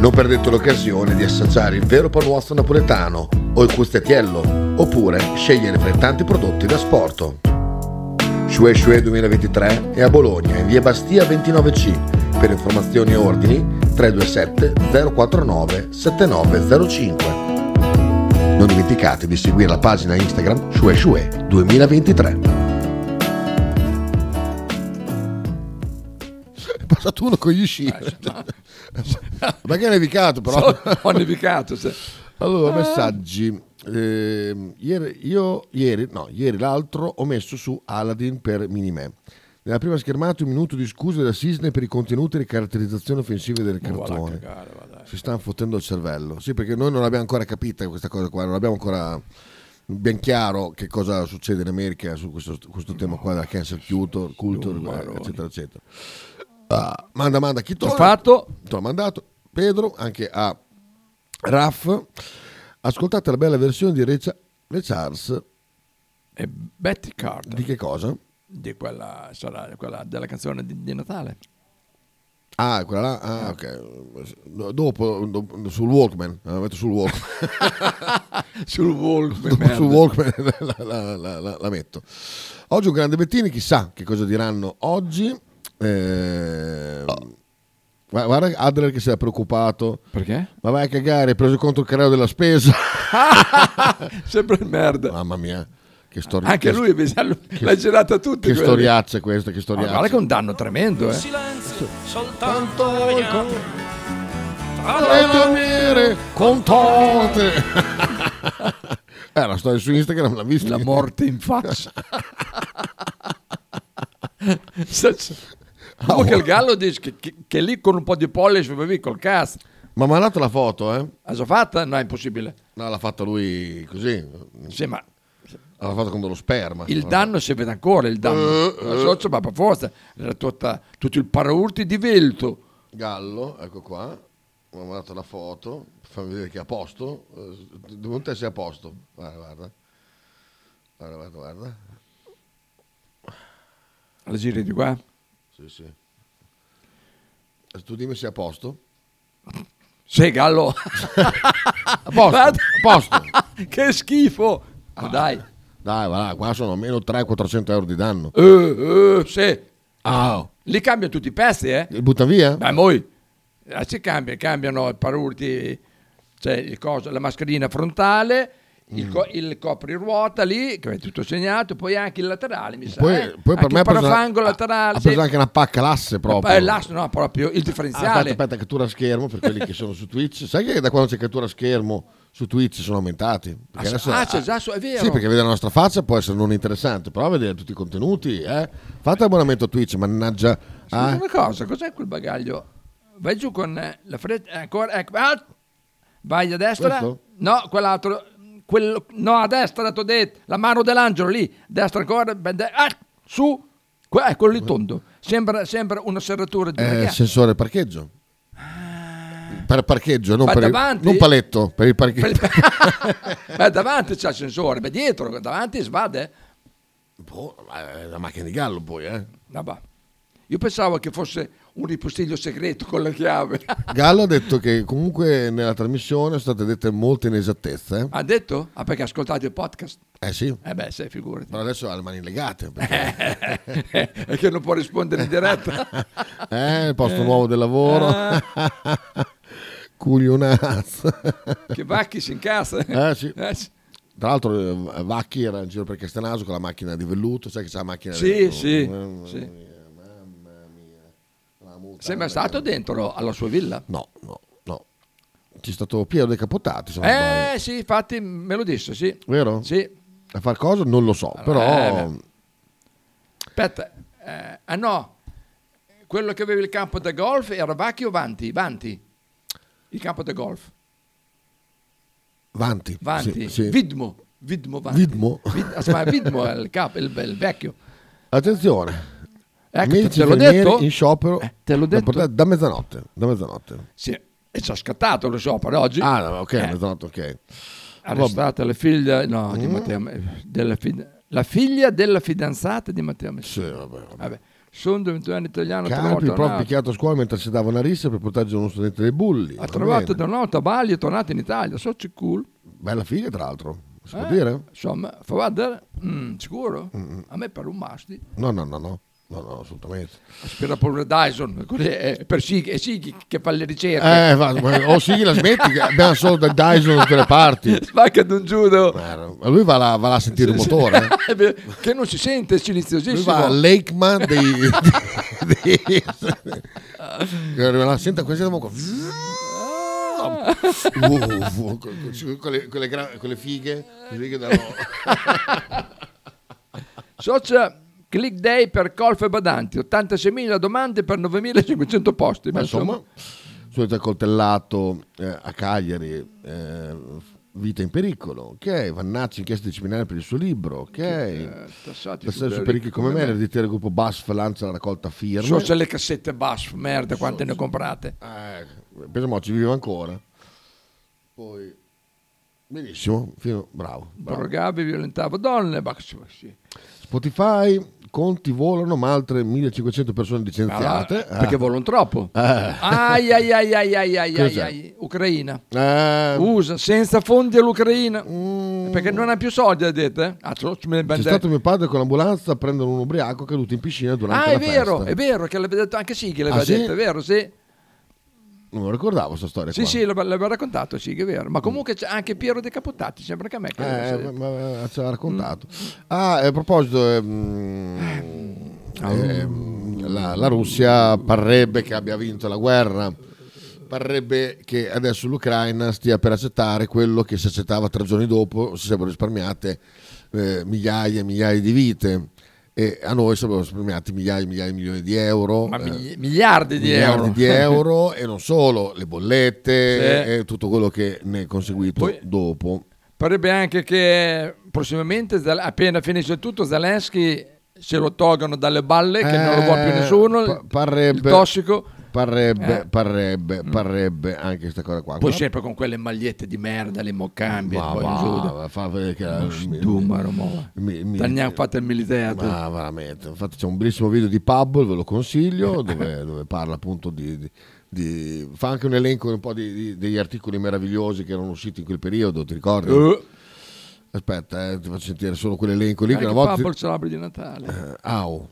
Non perdete l'occasione di assaggiare il vero panuozzo napoletano o il custettiello, oppure scegliere fra i tanti prodotti da sporto. Shue Shue 2023 è a Bologna, in via Bastia 29C. Per informazioni e ordini 327 049 7905. Non dimenticate di seguire la pagina Instagram Shue Shue 2023.
È passato uno con gli sci. Ma che è nevicato però.
Ah, certo. So- ho nevicato, sì.
Allora,
Ah.
messaggi. Ehm, ieri, io, ieri, no, ieri l'altro ho messo su Aladdin per Minimè. Nella prima schermata un minuto di scuse della Sisne per i contenuti e le caratterizzazioni offensive del
Ma va a
cartone.
cagare, va dai.
Si stanno fottendo il cervello. Sì, perché noi non l'abbiamo ancora capita questa cosa qua, non abbiamo ancora ben chiaro che cosa succede in America su questo, questo tema qua della cancel culture, culture, eh, eccetera, eccetera. Ah, manda, manda, chi te l'ha fatto? Te l'ha mandato Pedro, anche a Raff. Ascoltate la bella versione di Ray, Cha- Ray Charles.
E Betty Carter.
Di che cosa?
Di quella, sarà quella della canzone di, di Natale.
Ah, quella là? Ah, ok. No, Dopo, dopo- sul Walkman. La metto sul Walkman.
sul Walkman.
Dopo sul
merda.
Walkman la, la- la- la- la metto. Oggi un grande Bettini, chissà che cosa diranno oggi. Eh,
Oh.
gua- Guarda Adler che si è preoccupato.
Perché?
Ma vai a cagare, hai preso contro il carrello della spesa.
Sempre merda.
Mamma mia. Che storia.
Anche
che-
lui mi sa- l'ha
che-
girata tutti
Che
quella
storiaccia questa, che
Ma
storiaccia.
guarda che è un danno tremendo, eh.
silenzio soltanto regna
Alle maniere contate. Eh, la storia su Instagram l'ha vista.
La morte in faccia. Dopo che il gallo dice che, che- che lì con un po' di pollice bevi col cazzo.
Ma mi ha dato la foto, eh?
Ah, L'ha già fatta? No, è impossibile.
No, l'ha fatta lui così.
Sì, ma
L'ha fatta con dello sperma.
il danno si vede ancora, il danno.
Eh, eh.
La socia, ma per forza, era tutta, tutto il paraurti di velto.
Gallo, ecco qua. Mi ha mandato la foto. Fammi vedere che è a posto. Eh, Devo te sei a posto. Guarda, guarda. Guarda, guarda, guarda.
La giri di qua?
Sì, sì. Eh, Tu dimmi se è a posto.
Sei gallo.
A posto, a posto.
che schifo. Ma dai.
Dai, va là, qua sono almeno 300-400 euro di danno.
Eh, eh, sì.
Ah,
Li cambiano tutti i pezzi, eh?
li butta via?
Ma noi eh, si cambia, cambiano i parurti, cioè il coso, la mascherina frontale, il, co- il copriruota lì, che è tutto segnato, poi anche il laterale, mi sa.
Poi-
eh?
poi per
Anche
me ha
il
preso-
parafango laterale.
Ha
sì.
preso anche una pacca l'asse proprio. Ah,
Eh, l'asse, no, proprio il differenziale.
Aspetta, aspetta, cattura schermo per quelli che sono su Twitch. Sai che da quando c'è cattura schermo su Twitch sono aumentati. Perché
Ah,
adesso-
ah, c'è già su- è vero.
Sì, perché vedere la nostra faccia può essere non interessante, però vedere tutti i contenuti, eh. Fate abbonamento a Twitch, mannaggia.
Scusa
ah.
una cosa, cos'è quel bagaglio? Vai giù con eh, la fretta, ancora, ecco, ah! vai a destra,
Questo?
no, quell'altro, quello, no, a destra, t'ho detto, la mano dell'angelo lì, destra ancora, ben de- ah! su, qua, è quello lì tondo, sembra, sembra una serratura di una
Eh,
chiave.
sensore parcheggio.
Ah.
Per parcheggio, non
Ma
per il,
davanti?
non paletto, per il parcheggio.
Beh, Eh, davanti c'è il sensore, ma dietro, davanti svade.
Boh, la macchina di gallo poi, eh.
Ah, Io pensavo che fosse un ripostiglio segreto con la chiave.
Gallo ha detto che comunque nella trasmissione sono state dette molte inesattezze.
ha detto? Ah, perché ha ascoltato il podcast?
Eh sì.
Eh beh, sei figurati.
Però adesso ha le mani legate.
è che non può rispondere in diretta.
Eh, il posto nuovo del lavoro.
Eh.
Cuglionazzo.
Che Vacchi si incassa.
Eh, sì.
Eh, sì.
Tra l'altro eh, Vacchi era in giro per Castenaso con la macchina di velluto, sai che c'è la macchina Eh.
Sì,
di velluto. Mamma
sì, sì.
mia, mamma mia. La multa,
Sei mai
eh,
stato dentro alla sua villa?
No, no, no. C'è stato Piero De Capotati, se non sbaglio.
Eh sì, infatti me lo disse, sì.
vero?
Sì.
A far cosa non lo so, però...
Eh, Aspetta, eh, ah no, quello che aveva il campo da golf era Vacchi o Vanti? Vanti, il campo da golf.
Vanti.
Vanti,
sì, sì.
Vidmo, Vidmo Vanti.
Vidmo?
Vid- ah, ma Vidmo è il, capo, il, il vecchio.
Attenzione.
Ecco,
Medici
te l'ho
infermieri
detto? Eh,
in sciopero
te l'ho
da,
detto?
portare- da mezzanotte, da mezzanotte.
Sì, e ci ha scattato lo so, per oggi.
Ah, no, ok,
Eh,
mezzanotte, ok.
arrestata la figlia, no, di
Mm.
Matteo, eh, della fid- la figlia della fidanzata di Matteo Messi.
Sì, vabbè.
Vabbè, sono 21 anni italiano,
Carpi, il
trovato,
prof
no,
picchiato a scuola mentre si dava una rissa per proteggere uno studente dei bulli.
ha trovato da un'altra Bali e tornato in Italia, so c'è cool.
Bella figlia, tra l'altro. Si può
Eh,
dire?
Insomma, fa guardare, mm, sicuro? A me per un masti.
No, no, no, no. No, no, assolutamente.
Aspira pure Dyson, quelli è per Sighi, è Sighi che fa le ricerche.
Eh, va, ma- oh sì, la smetti, che abbiamo solo da Dyson da tutte le parti.
Spacca d'un giudo.
Ma lui va là, va là a sentire il motore. eh.
che non si sente, è
Lui va
silenziosissimo.
al Lakeman dei... dei- che arriverà, Senta, questo è qua.
Ah.
Uff, con, con- con le, con le gra- con le fighe, le fighe da
Socia click day per Colf e Badanti, 86.000 domande per 9.500 posti.
Ma insomma, solito accoltellato eh, a Cagliari, eh, vita in pericolo, ok, Vannacci inchiesta disciplinare per il suo libro, ok,
eh, tassati
tassati
super
su
ricchi
pericchi come
come
me,
me.
l'editore del gruppo BASF lancia la raccolta firme,
eh, Socia le cassette bass, merda, quante ne comprate.
Eh, pensiamo ci vive ancora, poi benissimo, fino- bravo, bravo.
Drogavi, violentava donne, ma sì, sì.
Spotify, conti volano, ma altre 1500 persone licenziate,
Allora, Ah, perché volano troppo,
Eh.
Ai ai ai ai ai ai ai,
Cos'è?
ai. Ucraina.
Eh,
USA senza fondi all'Ucraina. Perché non ha più soldi, ha detto. eh? Mm. Ah, ce l'ho- ce me ne
C'è
bande-
stato mio padre con l'ambulanza a prendere un ubriaco caduto in piscina durante
Ah,
la
è vero,
festa.
è vero che l'aveva detto anche sì, che l'aveva
Ah, sì?
detto, è vero, sì.
Non me lo ricordavo questa storia
Sì,
qua.
sì, l'ave- l'aveva raccontato, sì, che è vero.
Mm.
Ma comunque c'è anche Piero De Caputati, sembra che a me che l'avesse
Eh,
detto. Mm.
ma, ma- ce l'ha raccontato. Ah, a proposito, ehm,
Ah.
ehm, la, la Russia parrebbe che abbia vinto la guerra. Parrebbe che adesso l'Ucraina stia per accettare quello che si accettava tre giorni dopo, si sarebbero risparmiate eh, migliaia e migliaia di vite e a noi sarebbero risparmiati migliaia e migliaia di milioni di euro.
Ma
eh,
migli- miliardi di
miliardi
euro.
di euro e non solo, le bollette
Sì.
e tutto quello che ne è conseguito
Poi-
dopo.
Parebbe anche che prossimamente, Zel- appena finisce tutto, Zelensky se lo tolgono dalle balle, che non lo vuole più
Eh,
nessuno,
pa-
il-
parrebbe-
il tossico.
Parrebbe,
Eh.
parrebbe, parrebbe anche questa cosa qua.
Poi sempre con quelle magliette di merda, le moccambie,
Ma
poi
va,
giù.
fa vedere che
Uno
mi-
stumaro, mo.
mi- mi-
Te ne hanno fatto il militare. tu.
Ma veramente, infatti c'è un bellissimo video di Pubble, ve lo consiglio, dove, dove parla appunto di, di- di- fa anche un elenco un po' di- di- degli articoli meravigliosi che erano usciti in quel periodo, ti ricordi?
Eh.
Aspetta, eh, ti faccio sentire solo quell'elenco lì che
Anche
una volta...
Pablo ce l'apre di Natale.
Eh, au.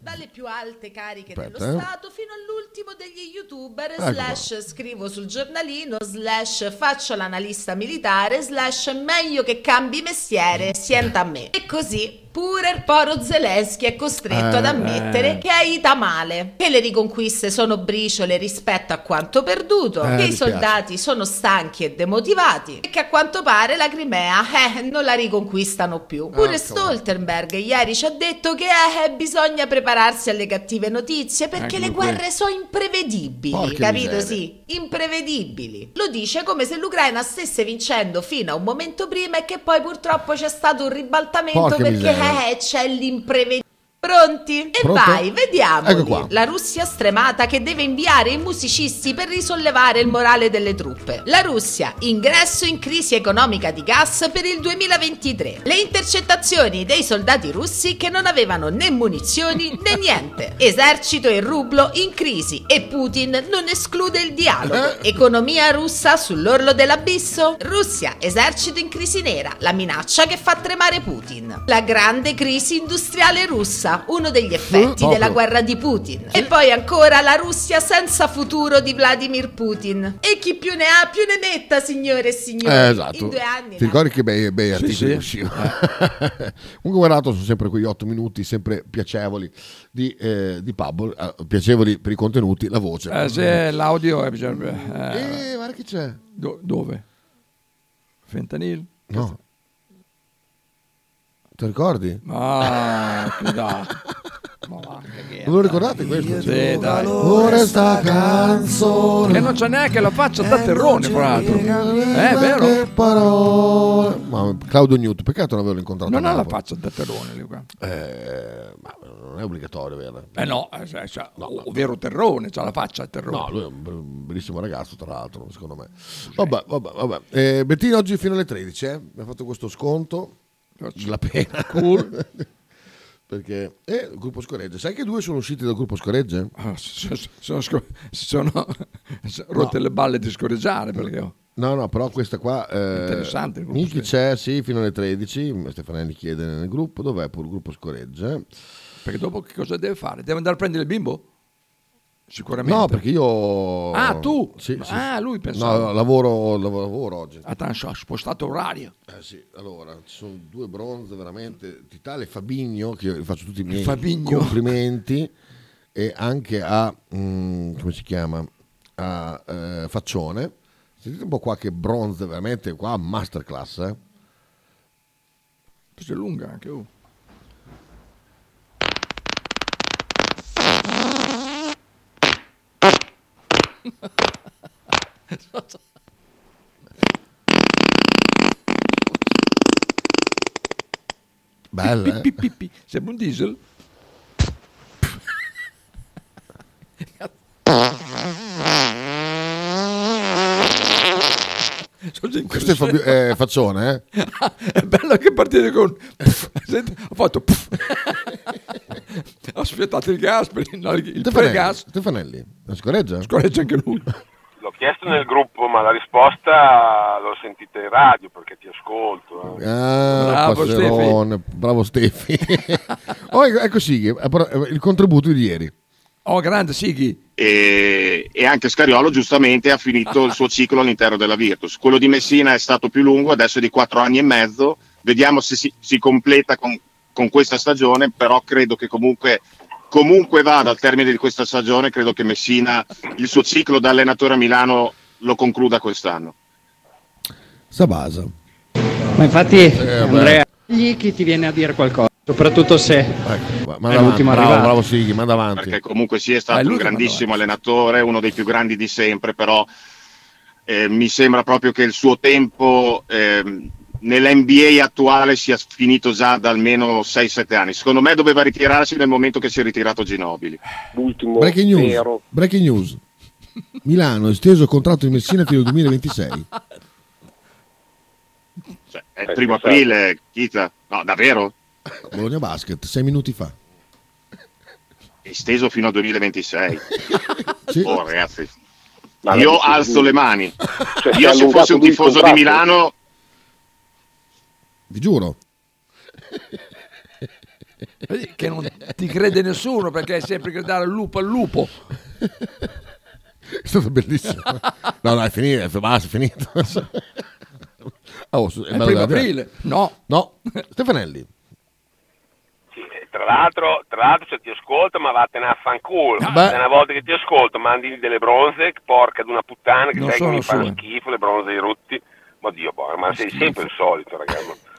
dalle più alte cariche
Aspetta,
dello
eh.
Stato fino all'ultimo degli youtuber,
Ecco qua.
slash scrivo sul giornalino, slash faccio l'analista militare, slash meglio che cambi mestiere, sienta a me. E così Pure il poro Zelensky è costretto
Eh,
ad ammettere
eh.
che Aida male, che le riconquiste sono briciole rispetto a quanto perduto,
Eh,
che
mi
i
spiace.
soldati sono stanchi e demotivati e che a quanto pare la Crimea eh, non la riconquistano più. Pure
Ah,
Stoltenberg ieri ci ha detto che eh, bisogna prepararsi alle cattive notizie perché
Ecco
le
qui.
guerre sono imprevedibili,
Porca
capito?
miseria.
Sì, imprevedibili. Lo dice come se l'Ucraina stesse vincendo fino a un momento prima e che poi purtroppo c'è stato un ribaltamento
Porca
perché
miseria.
eh, c'è l'imprevedibile. Pronti? E
Pronto?
vai, vediamo.
Ecco qua.
La Russia stremata che deve inviare i musicisti per risollevare il morale delle truppe. La Russia, ingresso in crisi economica di gas per il 2023. Le intercettazioni dei soldati russi che non avevano né munizioni né niente. Esercito e rublo in crisi e Putin non esclude il dialogo. Economia russa sull'orlo dell'abisso. Russia, esercito in crisi nera, la minaccia che fa tremare Putin. La grande crisi industriale russa, uno degli effetti
proprio.
della guerra di Putin. E poi ancora la Russia senza futuro di Vladimir Putin. E chi più ne ha più ne metta, signore e signori.
Eh, esatto.
In due anni.
Ti ricordi che bei, bei
Sì,
articoli
sì.
uscivano? Comunque, guardato, sono sempre quegli otto minuti, sempre piacevoli di, eh, di Pablo, eh, piacevoli per i contenuti, la voce.
Eh, se l'audio è bisogna- eh,
Eh, guarda che c'è.
do- dove? Fentanyl?
No. Ti ricordi?
Ah, che dai. Ma va, che
Non lo ricordate questo?
Sì, dai.
Ora sta canzone.
Che non c'è neanche la faccia da terrone, fra l'altro. Eh, È vero?
Che parole. Ma Claudio Newton, peccato non averlo incontrato.
Non
a
ha la
Napoli.
faccia da terrone, lui qua.
Eh, ma non è obbligatorio, vero?
Eh no, eh, cioè, cioè, ovvero terrone, c'ha la faccia a terrone.
No, lui è un br- un bellissimo ragazzo, tra l'altro, secondo me. Vabbè, vabbè, vabbè. Eh, Bettino oggi fino alle 13, eh? Mi ha fatto questo sconto. La pena.
Cool.
Perché... Eh, il gruppo Scoregge. Sai che due sono usciti dal gruppo Scoregge?
Ah, s- s- sono, sco- sono rotte le balle di scorreggiare perché ho-
No, no, però questa qua... eh,
Interessante il gruppo
Miki c'è, sì, fino alle 13. Stefanelli chiede nel gruppo. Dov'è pure il gruppo Scoregge?
perché dopo che cosa deve fare? Deve andare a prendere il bimbo? Sicuramente.
No, perché io...
Ah, tu?
Sì, sì,
Ah,
sì.
lui pensava.
No, lavoro, lavoro, lavoro oggi.
Attenzione, ha spostato orario.
Eh sì, allora, ci sono due bronze veramente di tale Fabigno, che io gli faccio tutti i miei
Fabigno.
complimenti, e anche a, mm, come si chiama, a eh, Faccione. Sentite un po' qua che bronze veramente, qua masterclass, eh.
Questa è lunga anche. oh.
Bella,
Pi,
eh?
pi, pi, pi. Sembra un diesel.
Questo è Fabio- eh, Faccione, eh?
è bello che partite con Senti, ho fatto ho sfiatato il gas per il, no, il
Stefanelli,
pregas
Stefanelli, la scoreggia?
scorreggia anche lui
L'ho chiesto nel gruppo, ma la risposta l'ho sentita in radio perché ti ascolto. eh.
Ah,
Bravo,
Passerone, bravo Stefi. oh, ecco, ecco sì, eh, però, eh, il contributo di ieri.
oh grande Sighi
E, e anche Scariolo giustamente ha finito il suo ciclo all'interno della Virtus. Quello di Messina è stato più lungo, adesso è di 4 anni e mezzo. Vediamo se si, si completa con, con questa stagione, però credo che comunque, comunque vada al termine di questa stagione, credo che Messina il suo ciclo da allenatore a Milano lo concluda quest'anno.
Sabasa.
Ma infatti,
Eh,
Andrea,
Andrea,
gli chi ti viene a dire qualcosa, soprattutto se
Ecco, Ma Eh,
è
davanti,
l'ultimo
bravo,
arrivato.
bravo Sighi, manda avanti.
perché comunque sia stato un grandissimo allenatore, uno dei più grandi di sempre, però eh, mi sembra proprio che il suo tempo ehm, nell'NBA attuale sia finito già da almeno 6-7 anni. Secondo me doveva ritirarsi nel momento che si è ritirato Ginobili. L'ultimo
Breaking news. Breaking news. Milano esteso il contratto di Messina fino al 2026.
Cioè, è il primo
Esatto.
aprile, Chita. No, davvero?
Bologna Basket, sei minuti fa.
Esteso fino al 2026.
Sì.
Oh, ragazzi.
Ma
Io
non si-
alzo le mani.
Cioè, si è
Io se fossi
allungato
un
lui il
tifoso di
contratto?
Milano
Vi giuro.
Vedi che non ti crede nessuno perché è sempre gridare lupo al lupo
È stato bellissimo. No, no, è finito, è- basta, è finito. Oh, su-
È
bello
primo
da dire.
aprile. No.
No. Stefanelli.
Tra l'altro, tra l'altro se ti ascolto, ma vattene a fanculo.
Ah,
Beh.
Una volta che ti ascolto, mandi delle bronze, porca d'una puttana, che
Non
sai che
sono
mi fanno
sue.
schifo, le bronze di rotti. Ma Dio, boh, ma sei sempre il solito, ragazzi.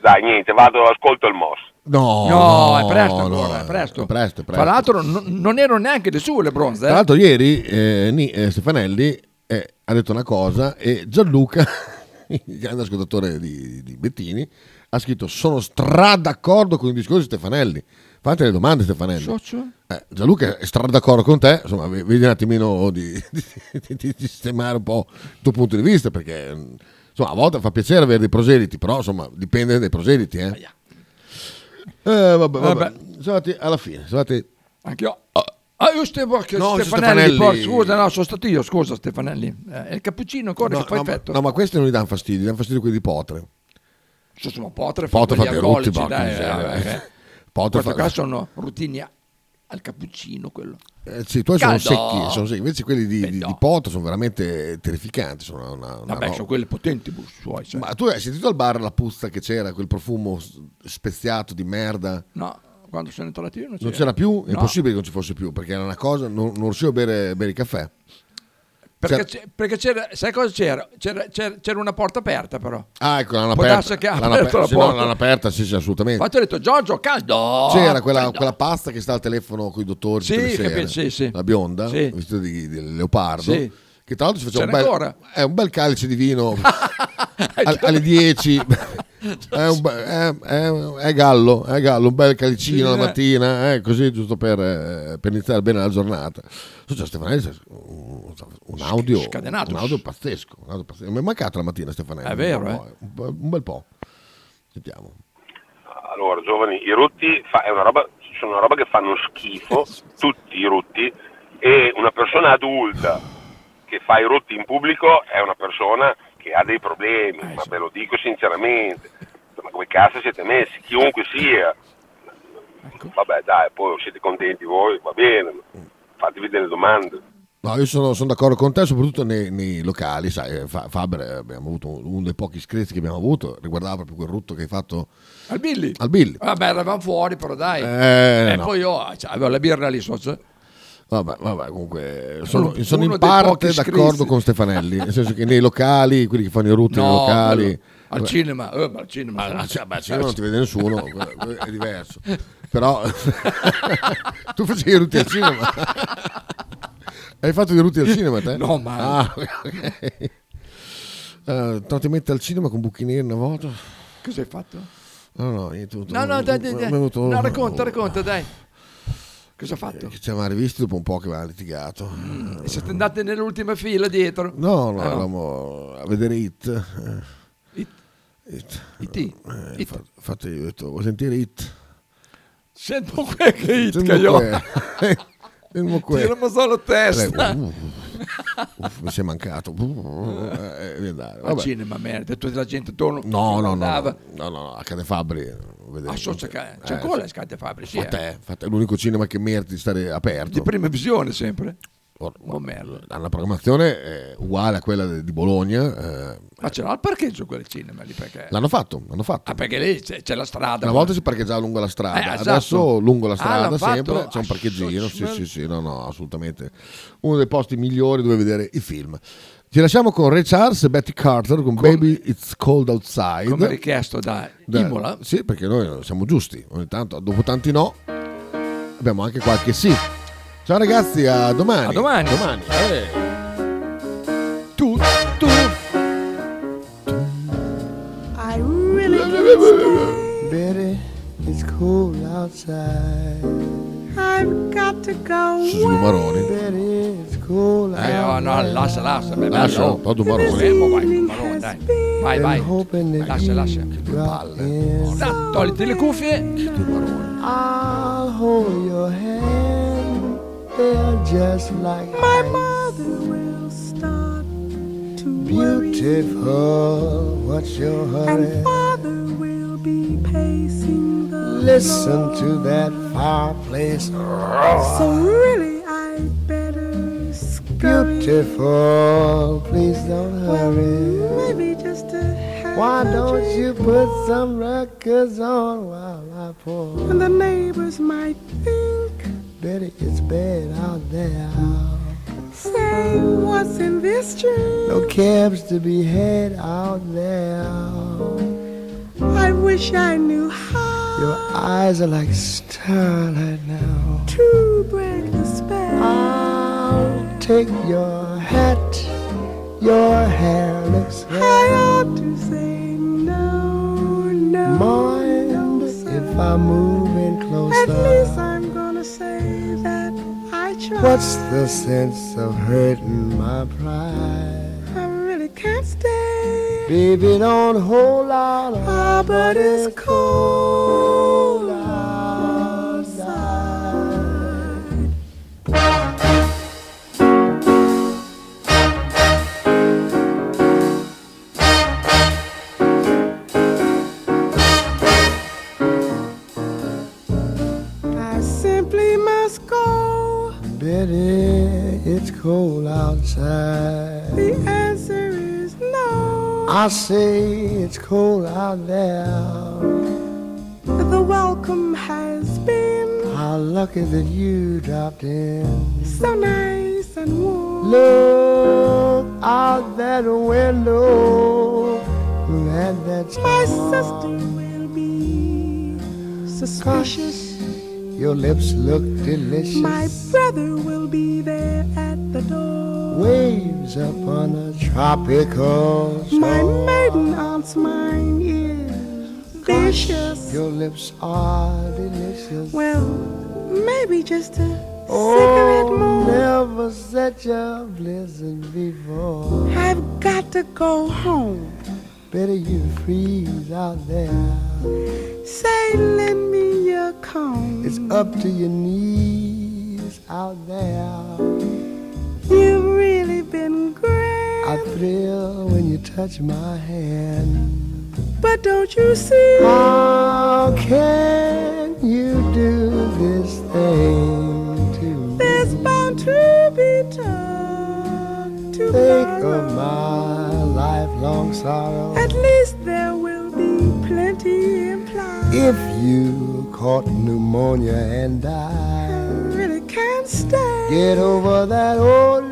Dai, niente, vado, ascolto il MOS.
No,
No,
è presto
ancora,
è presto.
presto, è
Tra
presto.
l'altro non- non erano neanche le sue le bronze. eh.
Tra l'altro ieri eh, Ni- eh, Stefanelli eh, ha detto una cosa e Gianluca, il grande ascoltatore di, di Bettini, ha scritto sono stra d'accordo con i discorsi di Stefanelli. Fate le domande Stefanelli.
Socio?
Eh, Gianluca è stra d'accordo con te, insomma v- vedi un attimino di, di- di- di sistemare un po' il tuo punto di vista perché mh, insomma, a volte fa piacere avere dei proseliti, però insomma dipende dai proseliti. Eh. Eh, vabbè, vabbè.
Vabbè.
Siamo arrivati alla fine, siamo arrivati-
Anche io. Ah, io Stefano, che
No,
Stefanelli,
Stefanelli.
porca, scusa, no, sono stato io, scusa Stefanelli. Eh, è il cappuccino ancora
No,
che fa
no, ma-
effetto.
no, ma questi non gli danno fastidio, gli danno fastidio quelli di Potre.
Cioè, sono potre,
Potre
fanno
fa
gli
Berutti,
alcolici,
porca
dai,
miseria.
eh, perché-
Potre
Questi
fa-
qua sono routini a- al cappuccino quello.
Eh, sì, i tuoi sono
Caldo.
secchi, sono secchi, invece quelli di, di, di Potre sono veramente terrificanti. Sono una, una
Vabbè,
roba.
sono quelli potenti bus, suoi. sai.
Ma tu hai sentito al bar la puzza che c'era, quel profumo s- speziato di merda?
No, quando sono entrato io non c'era.
Non c'era più? È
No,
impossibile che non ci fosse più, perché era una cosa, non, non riuscivo a bere, bere il caffè. Cioè,
Perché,
C'era-
c'è- perché c'era, sai cosa c'era? C'era, c'era- c'era una porta aperta però.
Ah, ecco, l'hanno
Può
aperta.
darsi che ha
l'hanno
aperto la
se no
porta.
l'hanno aperta, sì, sì, assolutamente.
Infatti ho detto, Giorgio, caldo!
C'era quella,
caldo."
quella pasta che sta al telefono con i dottori
cioè, Sì,
tutte le sere,
capi- sì, sì.
la bionda,
Sì.
vestita di, di leopardo,
Sì.
che tra l'altro ci faceva un
C'era
bel,
ancora?
è un bel calice di vino al- alle 10, è, un be- è- è- è gallo, è gallo, un bel calicino
Sì,
la
eh.
mattina, eh, così giusto per, eh, per iniziare bene la giornata. So, cioè, Stefanelli, un, un audio,
scatenato.
un audio pazzesco, un audio pazzesco. mi è mancato la mattina Stefanelli,
È vero,
un, po',
eh.
un po', un bel po', sentiamo.
Allora, giovani, i rutti fa- è una roba, sono una roba che fanno schifo, tutti i rutti, e una persona adulta che fa i rutti in pubblico è una persona che ha dei problemi, ma ve lo dico sinceramente. Ma come cazzo siete messi? Chiunque sia. Vabbè, dai, poi siete contenti voi, va bene, fatevi delle domande.
No, io sono, sono d'accordo con te, soprattutto nei, nei locali, sai, eh, Fa- Faber eh, abbiamo avuto uno dei pochi screzi che abbiamo avuto, riguardava proprio quel rutto che hai fatto
Al Ah. Billy.
al Billy.
Vabbè, eravamo fuori però dai.
Eh,
e
no.
poi io cioè, avevo la birra lì sotto.
Vabbè, vabbè, comunque eh, sono,
Uno-
sono
uno
in
dei
parte
pochi
d'accordo
screzi.
con Stefanelli, nel senso che nei locali, quelli che fanno i rutti nei
No,
locali...
quello- al
vabbè,
cinema, eh, ma al cinema.
Ah, cioè, beh, al cinema non ti vede nessuno, quello- quello è diverso. Però tu facevi i rutti al cinema. Hai fatto i rutti al cinema te?
No, mai.
Ah, ok. Eh, no, ti metti al cinema con buchi neri una volta?
Cosa hai fatto?
No, no, niente.
No, no, dai, dai,
mi è
dai.
venuto- Eh.
No, racconta, racconta, dai. Cosa ha fatto?
Che ci siamo rivisti dopo un po' che avevamo litigato.
E siete andati nell'ultima fila dietro?
No, no,
Mm, Ah,
eravamo a vedere It. Eh,
It?
It.
IT?
Eh, infa- Infatti io ho detto, vuoi sentire It?
Sento quel che hit
Sentiamo
che io...
que- Sentiamo que-
Tiriamo solo testa.
Eh, uff, uff, uh, mi sei mancato. Uff, eh, via andare.
Al
Vabbè.
cinema, merda, tutta la gente attorno.
No, no, no,
guardava.
no, no, no, a Cade Fabri. vedete.
Ah, so, c'è, c'è
Eh,
ancora
sì.
le scate Fabri, sì.
Fa
eh.
te, fa te, è l'unico cinema che merita di stare aperto.
Di prima visione sempre.
Or-
Oh, merda.
Ha una programmazione eh, uguale a quella de- di Bologna. eh,
Ma ce l'ha il parcheggio quel cinema lì perché...
l'hanno fatto, l'hanno fatto.
Ah, perché lì c'è, c'è la strada.
Una volta si parcheggiava lungo la strada,
Eh, esatto.
adesso lungo la
Ah,
strada
l'hanno fatto?
sempre c'è
Ah,
un parcheggino. Sì,
so-
sì, sì, no, no, assolutamente. Uno dei posti migliori dove vedere i film. Ci lasciamo con Ray Charles e Betty Carter con Baby It's Cold Outside.
Come richiesto da
Da-
Imola.
Sì, perché noi siamo giusti. Ogni tanto, dopo tanti no, abbiamo anche qualche sì. Ciao ragazzi, a domani.
A domani.
Domani. eh.
Tu, tu.
I really can't stay. Betty, it's cold outside. I've got to go
Susulu Maroni.
Betty, it's cold
Eh, oh,
outside.
no, lascia, lascia. Beh,
Lascia,
bello.
Toto Maroni.
Fermo, vai, Maroni, dai. Vai, vai. Lascia, lascia. Sa, togliti le cuffie.
I'll hold your hand. They're just like my mother will start to Beautiful, what's your hurry? And father will be pacing the Listen to that fireplace roar. So really, I better Beautiful, please don't hurry. maybe just a Why don't you put some records on while I pour? And the neighbors might think that it's bad out there. Say what's in this dream? No cabs to be had out there. I wish I knew how. Your eyes are like starlight now. To break the spell, I'll take your hat. Your hair looks red. I ought to say no, no. Mind if I move in closer? At least I'm gonna say that I tried. What's the sense of hurting my pride? I really can't stay. Baby, don't hold out. Ah, but it's cold outside. I simply must go. Betty, it's cold outside. The answer is no. I say it's cold out there. The welcome has been. How lucky that you dropped in. So nice and warm. Look out that window. Let that My sister will be suspicious. Your lips look delicious. My brother will be there at the door. Waves upon a tropical shore. My maiden aunt's mine is vicious. Your lips are delicious. Well, maybe just a cigarette more. Never such a blizzard before. I've got to go home. Better you freeze out there. Say, lend me your comb. It's up to your knees out there. You've really been great. I thrill when you touch my hand. But don't you see? How can you do this thing to me? There's bound to be time to think of my lifelong sorrow. At least there will be plenty implied. If you caught pneumonia and died, I really can't stay. Get over that old Ah,